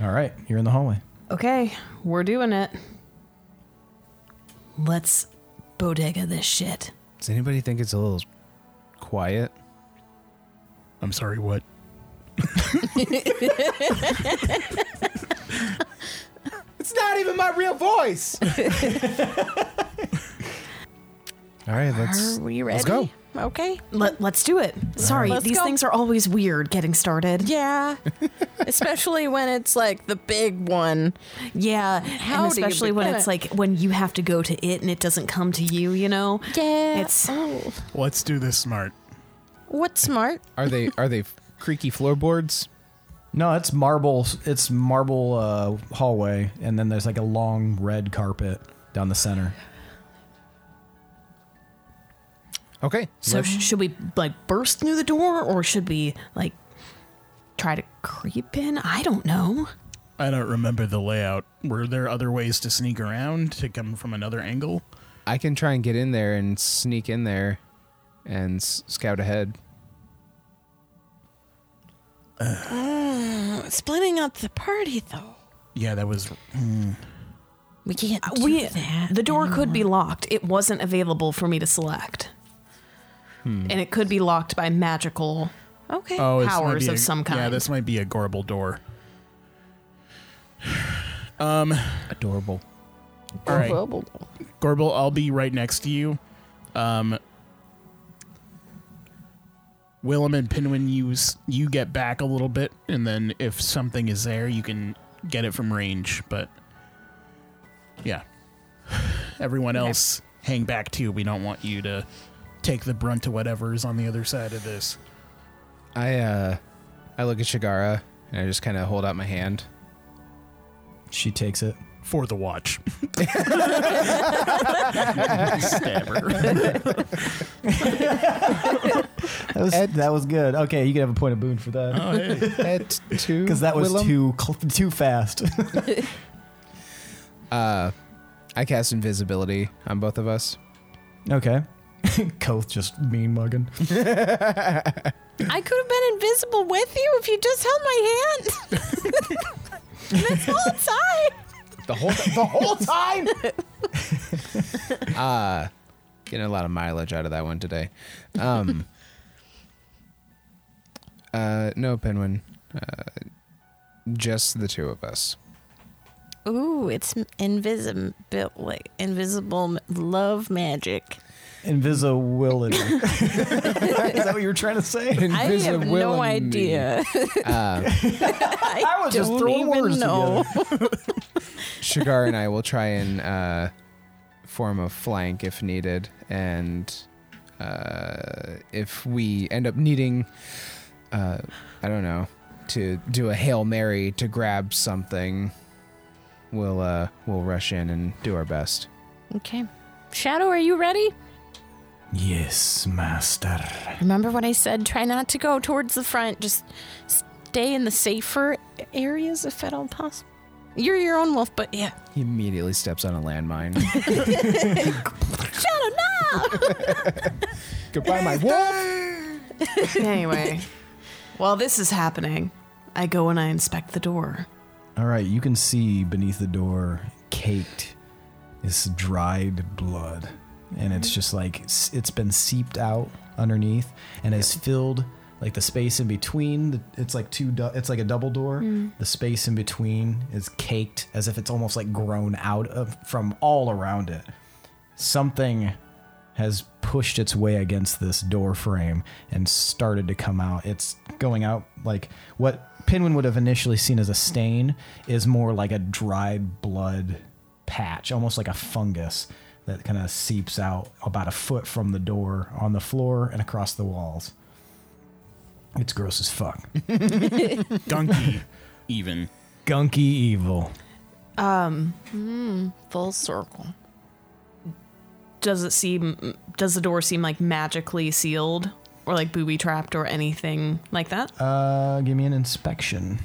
All right, you're in the hallway. Okay, we're doing it. Let's bodega this shit. Does anybody think it's a little quiet? I'm sorry, what? It's not even my real <laughs> voice. All right, let's Are we ready? let's go. Okay. Let, let's do it. Sorry, Let's these go. things are always weird getting started. Yeah. especially when it's like the big one. Yeah, How and do you especially when begin it's it? like when you have to go to it and it doesn't come to you, you know? Yeah. It's- oh. Let's do this smart. What's smart? Are they are they creaky floorboards? No, it's marble. It's marble uh, hallway, and then there's like a long red carpet down the center. Okay. So sh- should we like burst through the door or should we like try to creep in? I don't know. I don't remember the layout. Were there other ways to sneak around to come from another angle? I can try and get in there and sneak in there and s- scout ahead. Uh, Splitting up the party, though. Yeah, that was Uh, We can't do Uh, we that. the door could be locked. It wasn't available for me to select. Hmm. And it could be locked by magical. Okay. oh, this might Powers be of a- some Yeah, kind. this might be a gorble door. <sighs> Um, Adorable. All right. Gorble, I'll be right next to you. Um, Willem and Pinwin, you s- you get back a little bit, and then if something is there, you can get it from range. But yeah, <sighs> everyone else, hang back too. We don't want you to take the brunt of whatever is on the other side of this. I uh, I look at Shigara and I just kind of hold out my <laughs> hand. She takes it. For the <laughs> watch, <laughs> That was, that was good. Okay, you can have a point of boon for Oh, that At two, because that was Willem? too cl- too fast. <laughs> Uh, I cast invisibility on both of us. okay, Koth just mean mugging. I could have been invisible with you if you just held my hand. <laughs> this whole time. The whole the whole time. <laughs> uh getting a lot of mileage out of that one today. Um <laughs> Uh no, Penguin. Uh just the two of us. <laughs> Ooh, it's invisible, like invisible m- love magic. Invisibility. Is that what you were trying to say? I have no idea. <laughs> Uh, I was just throwing words Shigar and I will try and uh, form a flank if needed, and uh, if we end up needing, uh, I don't know, to do a hail mary to grab something, we'll uh, we'll rush in and do our best. Okay. Shadow, are you ready? Yes, master. Remember what I said? Try not to go towards the front. Just stay in the safer areas if at all possible. You're your own wolf, but yeah. He immediately steps on a landmine. Shadow, no! Goodbye, <laughs> my wolf. <laughs> Anyway, while this is happening, I go and I inspect the door. All right, you can see beneath the door, caked, is dried blood, and it's just like s- it's been seeped out underneath, and has filled like the space in between. the- It's like two. Du- it's like a double door. The space in between is caked, as if it's almost like grown out of from all around it. Something has pushed its way against this door frame and started to come out. It's going out like what Pinwin would have initially seen as a stain is more like a dried blood patch, almost like a fungus that kind of seeps out about a foot from the door on the floor and across the walls. It's gross as fuck. Gunky, even. Gunky evil. Um, Hmm, Full circle. does it seem? Does the door seem like magically sealed, or like booby trapped, or anything like that? Uh, give me an inspection.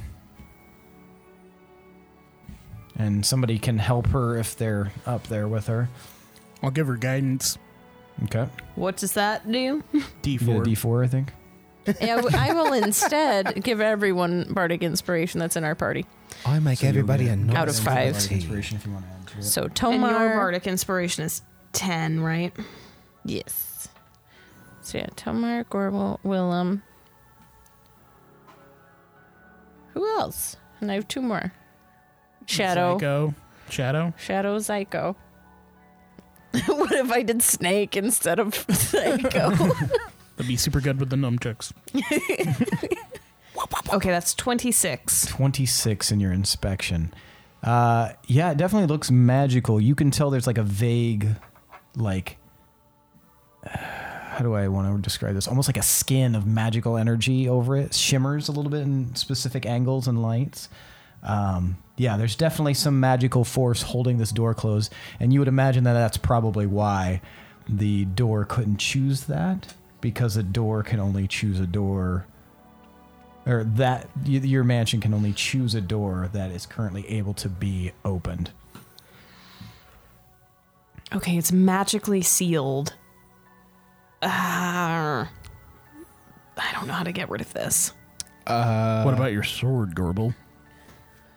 And somebody can help her if they're up there with her. I'll give her guidance. Okay. What does that do? D You get a four. D4, I think. Yeah, w- I will instead <laughs> give everyone bardic inspiration that's in our party. I make everybody a Out of five. Inspiration if you want to add to it. So And Tomar. your bardic inspiration is ten, right? Yes. So yeah, Tomar, Gorbel, Willem. Who else? And I have two more. Shadow. Psycho. Shadow. Shadow Psycho. <laughs> what if I did Snake instead of <laughs> <laughs> Psycho? That'd be super good with the nunchucks. Okay, that's twenty six. 26 in your inspection. Uh, yeah, it definitely looks magical. You can tell there's like a vague, like, how do I want to describe this? Almost like a skin of magical energy over it. Shimmers a little bit in specific angles and lights. Um, yeah, there's definitely some magical force holding this door closed. And you would imagine that that's probably why the door couldn't choose that, because a door can only choose a door or that y- your mansion can only choose a door that is currently able to be opened. Okay, it's magically sealed. Ah, I don't know how to get rid of this. what about your sword, Gorbel?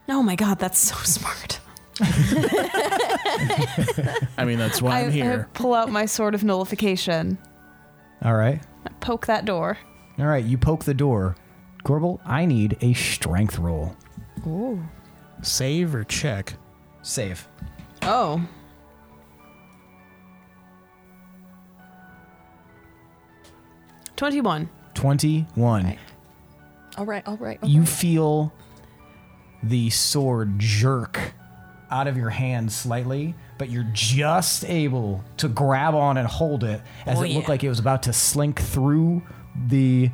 Oh my god, that's so <laughs> smart. I mean, that's why I, am here. pull out my sword of nullification. All right. Poke that door. All right. You poke the door. Gorbel, I need a strength roll. Save or check? Save. Oh. Twenty-one. 21. All right, all right. You feel the sword jerk out of your hand slightly, but you're just able to grab on and hold it as Oh, it looked yeah. like it was about to slink through the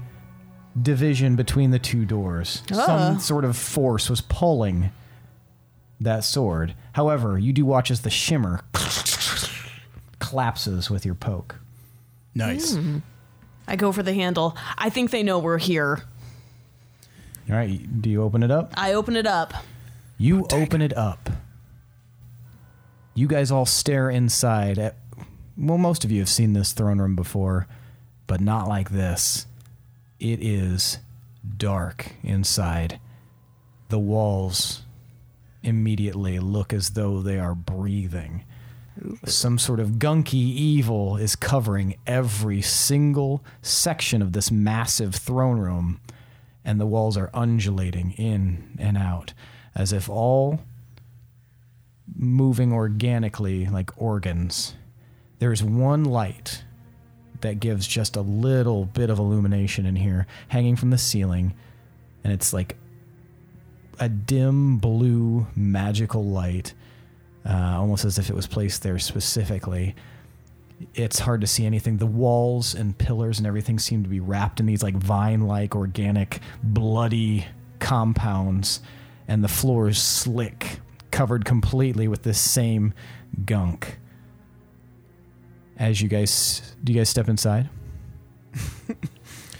division between the two doors. Some sort of force was pulling that sword. However, you do watch as the shimmer <sniffs> collapses with your poke. Nice. I go for the handle. I think they know we're here. All right, do you open it up? I open it up. You open it up. You guys all stare inside at. Well, most of you have seen this throne room before, but not like this. It is dark inside. The walls immediately look as though they are breathing. Some sort of gunky evil is covering every single section of this massive throne room and the walls are undulating in and out as if all moving organically like organs. There's one light that gives just a little bit of illumination in here hanging from the ceiling, and it's like a dim blue magical light, uh, almost as if it was placed there specifically it's hard to see anything. The walls and pillars and everything seem to be wrapped in these like vine like organic bloody compounds and the floor is slick, covered completely with this same gunk. As you guys do you guys step inside?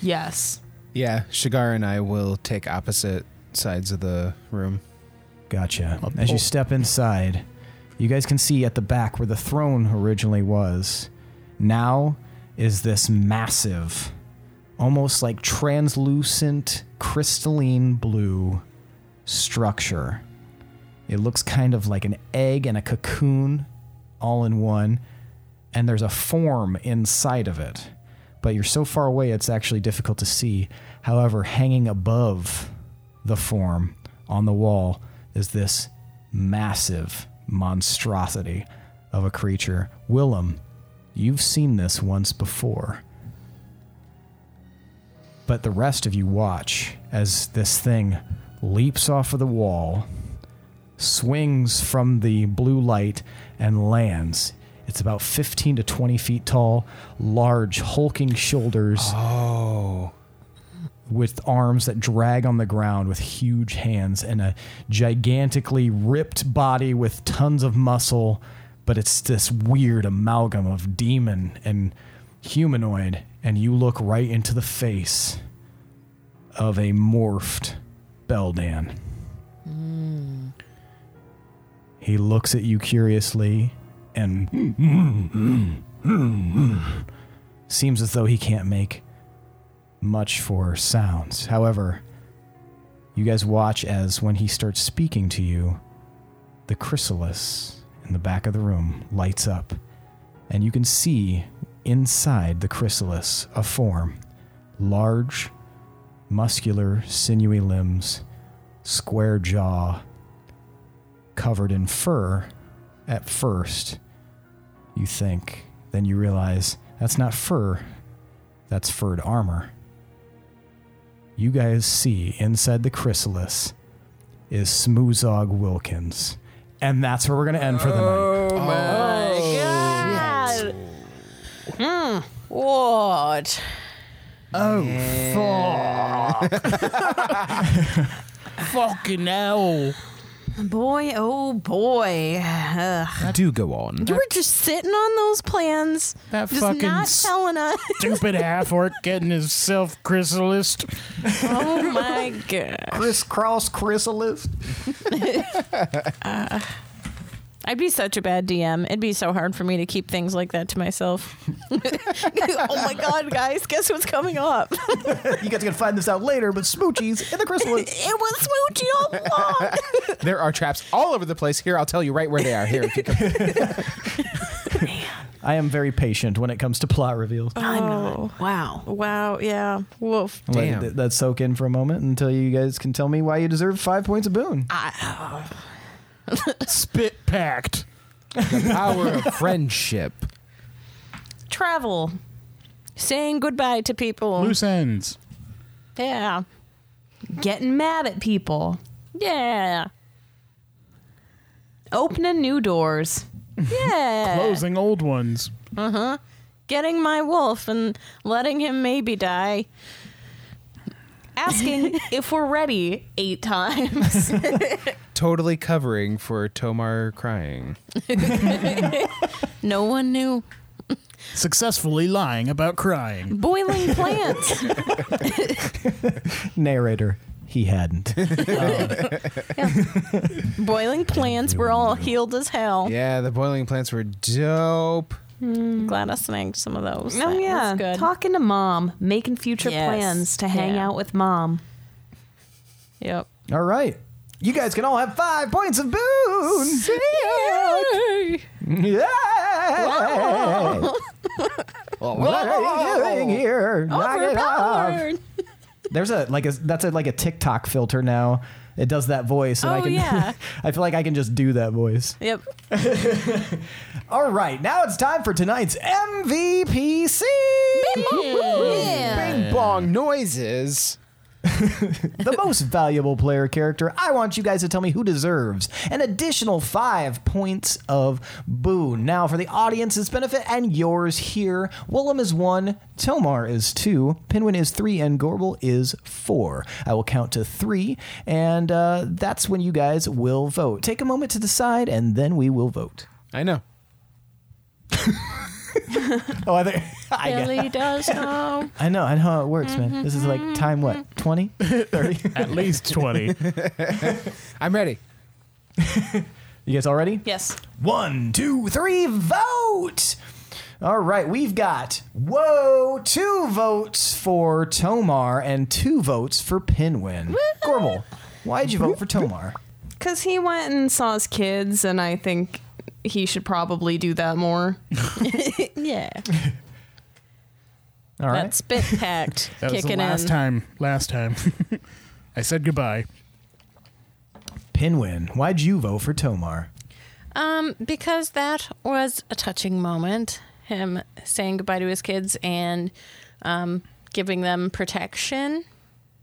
Yes. Yeah, Shigar and I will take opposite sides of the room. Gotcha. As you step inside, you guys can see at the back where the throne originally was. Now is this massive, almost like translucent, crystalline blue structure. It looks kind of like an egg and a cocoon all in one, and there's a form inside of it. But you're so far away, it's actually difficult to see. However, hanging above the form on the wall is this massive monstrosity of a creature. Willem, you've seen this once before. But the rest of you watch as this thing leaps off of the wall, swings from the blue light, and lands. It's about 15 to 20 feet tall, large, hulking shoulders with arms that drag on the ground with huge hands and a gigantically ripped body with tons of muscle but it's this weird amalgam of demon and humanoid and you look right into the face of a morphed beldan he looks at you curiously and seems as though he can't make much for sounds. However, you guys watch as when he starts speaking to you, the chrysalis in the back of the room lights up, and you can see inside the chrysalis a form large, muscular, sinewy limbs, square jaw, covered in fur at first. You think, then you realize that's not fur, that's furred armor. You guys see inside the chrysalis is Smoozog Wilkins. And that's where we're going to end for the night. What? Fucking hell. Boy, oh boy. Ugh. Do go on. You were just sitting on those plans, That just fucking not telling us. stupid half orc getting himself chrysalis. <laughs> oh my god! Crisscross chrysalis. I'd be such a bad DM. It'd be so hard for me to keep things like that to myself. <laughs> oh my god, guys, guess what's coming up? You guys can find this out later, but Smoochie's in the chrysalis. <laughs> it was Smoochie all along. There are traps all over the place. Here, I'll tell you right where they are. Here, if <laughs> you come. <laughs> I am very patient when it comes to plot reveals. Oh, I'm Oh. not. Wow. Wow, yeah. Woof. Let Damn. th- that soak in for a moment until you guys can tell me why you deserve five points of boon. Spit packed. the power of friendship. Travel. Saying goodbye to people. Loose ends. Yeah. Getting mad at people. Yeah. Opening <laughs> new doors. Yeah. Closing old ones. Getting my wolf and letting him maybe die. <laughs> Asking if we're ready. Eight times. <laughs> Totally covering for Tomar crying. No one knew. Successfully lying about crying. Boiling <laughs> plants. Narrator, he hadn't. Boiling plants. We're all healed as hell. Yeah, the boiling plants were dope. Glad I snagged some of those. Oh That was yeah, good. talking to mom, making future Yes. plans to hang Yeah. out with mom. Yep. <laughs> all right. You guys can all have five points of boon. <laughs> Yeah. What are you doing here? Knock it off. Overpowered. <laughs> There's a like a that's a, like a TikTok filter now. It does that voice, and I Oh, can. yeah. <laughs> I feel like I can just do that <laughs> voice. Yep. All right, now it's time for tonight's MVPC. Bing bong noises. the most valuable player character. I want you guys to tell me who deserves an additional five points of boon. Now, for the audience's benefit and yours here, Willem is one, Tomar is two, Pinwin is three, and Gorbel is four. I will count to three, and uh, that's when you guys will vote. Take a moment to decide, and then we will vote. I know. Oh, I, think, <laughs> I, get- Billy <laughs> does know. I know, I know how it works, man. This is like time what? 20? 30? At least <laughs> 20. I'm ready. You guys all ready? Yes. One, two, three, vote! All right, we've got, whoa, two votes for Tomar and two votes for Pinwin. Gorbel, why'd you vote for Tomar? Because he went and saw his kids, and I think he should probably do that more. Yeah. All right. That spit packed <laughs> That was the kicking last in. time. Last time. <laughs> I said goodbye. Pinwin, why'd you vote for Tomar? Um, because that was a touching moment. Him saying goodbye to his kids and um, giving them protection.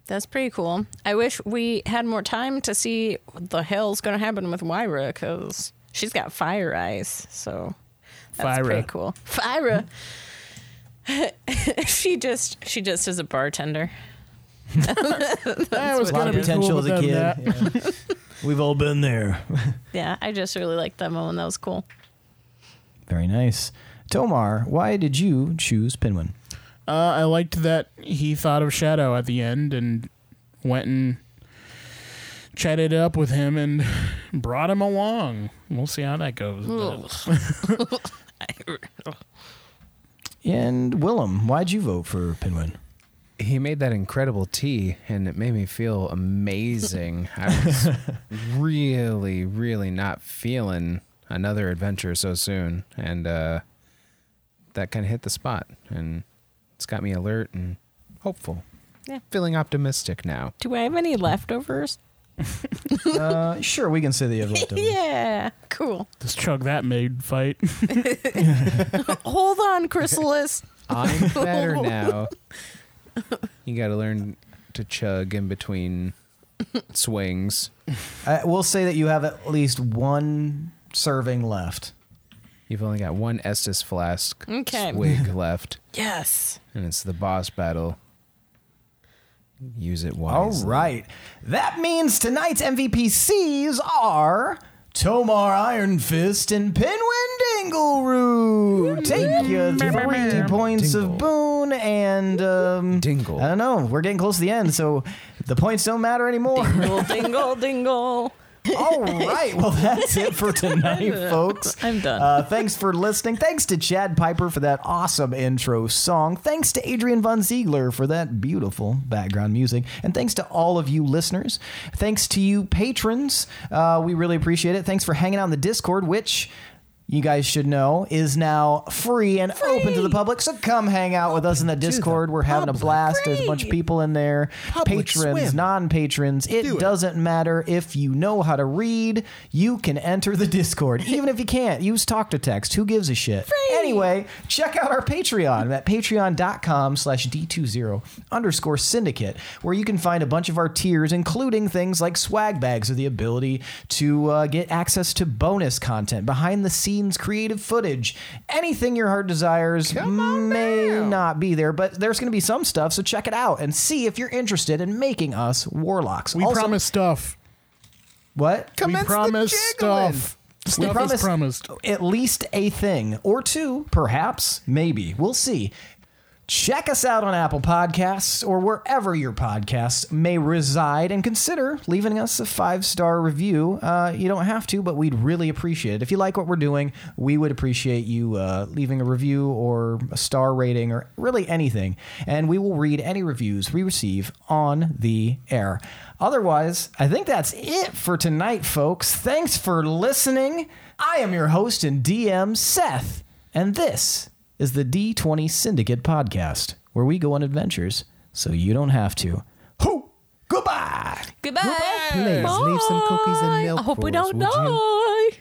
That's pretty cool. I wish we had more time to see what the hell's going to happen with Wyra because she's got fire eyes. So that's Fyra. pretty cool. Fyra. <laughs> she just she just is a bartender. That was A lot gonna of be potential cool as with a them, kid. that. yeah. We've all been there. Yeah, I just really liked that moment. That was cool. <laughs> Very nice. Tomar, why did you choose Pinwin? Uh, I liked that he thought of Shadow at the end and went and chatted up with him and <laughs> brought him along. We'll see how that goes. but- And Willem, why'd you vote for Pinwin? He made that incredible tea, and it made me feel amazing. I was really, really not feeling another adventure so soon, and uh, that kind of hit the spot, and it's got me alert and hopeful. Yeah. feeling optimistic now. Do I have any leftovers? Uh, sure, we can say that you have leftovers. <laughs> Yeah, cool. Just chug that maid fight. <laughs> Hold on, <laughs> Chrysalis. I'm better now. You got to learn to chug in between swings. I will say that you have at least one serving left. You've only got one Estes flask Okay. swig left. yes. and it's the boss battle. Use it All wisely. right. That means tonight's MVPCs are Tomar Iron Fist and Pinwin Dingleroo. Take your three points of boon and um, Dingle. I don't know. We're getting close to the end, so the points don't matter anymore. Dingle, dingle, dingle. <laughs> All right. Well, that's it for tonight, folks. I'm done. Uh, thanks for listening. Thanks to Chad Piper for that awesome intro song. Thanks to Adrian Von Ziegler for that beautiful background music. And thanks to all of you listeners. Thanks to you patrons. Uh, we really appreciate it. Thanks for hanging out in the Discord, which. You guys should know is now free and open to the public. So come hang out with us in the Discord. We're having a public. blast. There's a bunch of Free. people in there. Public patrons, swim. non-patrons. It, Do it. doesn't matter if you know how to read. You can enter the <laughs> Discord, even if you can't. Use talk to text. Who gives a shit? Anyway, check out our Patreon at patreon.com/slash d20 underscore syndicate, where you can find a bunch of our tiers, including things like swag bags or the ability to uh, get access to bonus content, behind-the-scenes creative footage, anything your heart desires may not be there, but there's going to be some stuff. So check it out and see if you're interested in making us warlocks. We Also- promise stuff. what? we promise stuff. Stuff We is promised. at least a thing or two, perhaps, maybe. We'll see. Check us out on Apple Podcasts or wherever your podcasts may reside and consider leaving us a five star review. Uh, you don't have to, but we'd really appreciate it. If you like what we're doing, we would appreciate you uh, leaving a review or a star rating or really anything. And we will read any reviews we receive on the air. Otherwise, I think that's it for tonight, folks. Thanks for listening. I am your host and DM, Seth, and this is the D20 Syndicate podcast, where we go on adventures so you don't have to. Hoo! Goodbye! Goodbye. Please leave some cookies and Bye. milk I hope we for us, don't would die.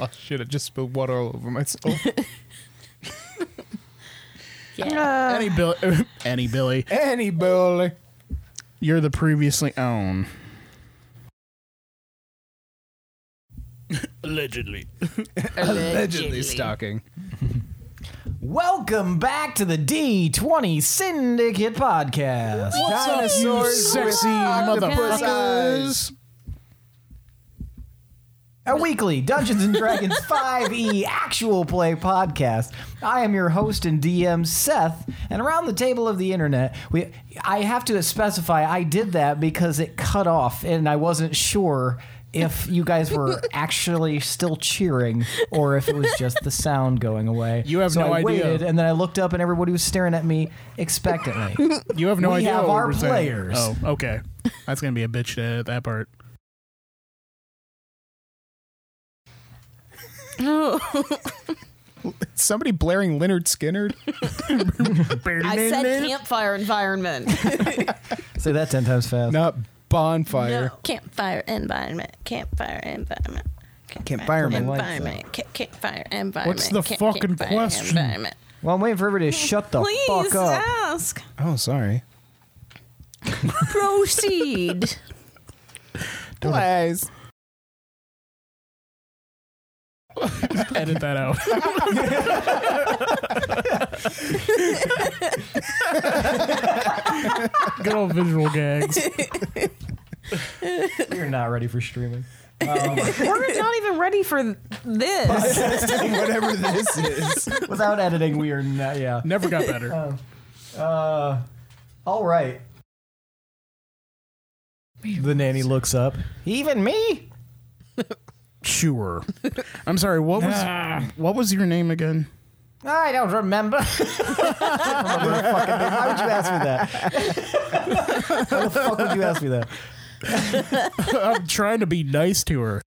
Oh shit! I just spilled water all over myself. Uh. Any Billy, <laughs> any Billy, Any bully. you're the previously owned. Allegedly. <laughs> Allegedly stalking. Welcome back to the D20 Syndicate podcast. What's up, you Dinosaurs sexy with octopus eyes. motherfuckers? A weekly Dungeons and Dragons 5e actual play podcast. I am your host and DM Seth, and around the table of the internet, we I have to specify I did that because it cut off and I wasn't sure if you guys <laughs> were actually still cheering or if it was just the sound going away. You have so no I idea. Waited, and then I looked up and everybody was staring at me expectantly. You have no We idea. have what our we're saying. players. Oh, okay. That's gonna be a bitch to edit that part. Somebody blaring Leonard Skinner. <laughs> I said campfire environment. Say that 10 times fast. Not bonfire. <laughs> Campfire environment. Campfire environment. Campfire my lights environment. Ca- Campfire environment. What's the Camp- fucking campfire question? environment. Well, I'm waiting for everybody to shut the Please fuck up. ask. Oh, sorry. Proceed. Please. Edit that out. <laughs> Good old visual gags. You're not ready for streaming. We're not even ready for this. Whatever this is. Without editing, we are not, yeah. Never got better. Uh, all right. The nanny looks up. Even me? Sure. I'm sorry. What was what was your name again? I don't remember. I don't remember a fucking thing. Why would you ask me that? Why the fuck would you ask me that? I'm trying to be nice to her.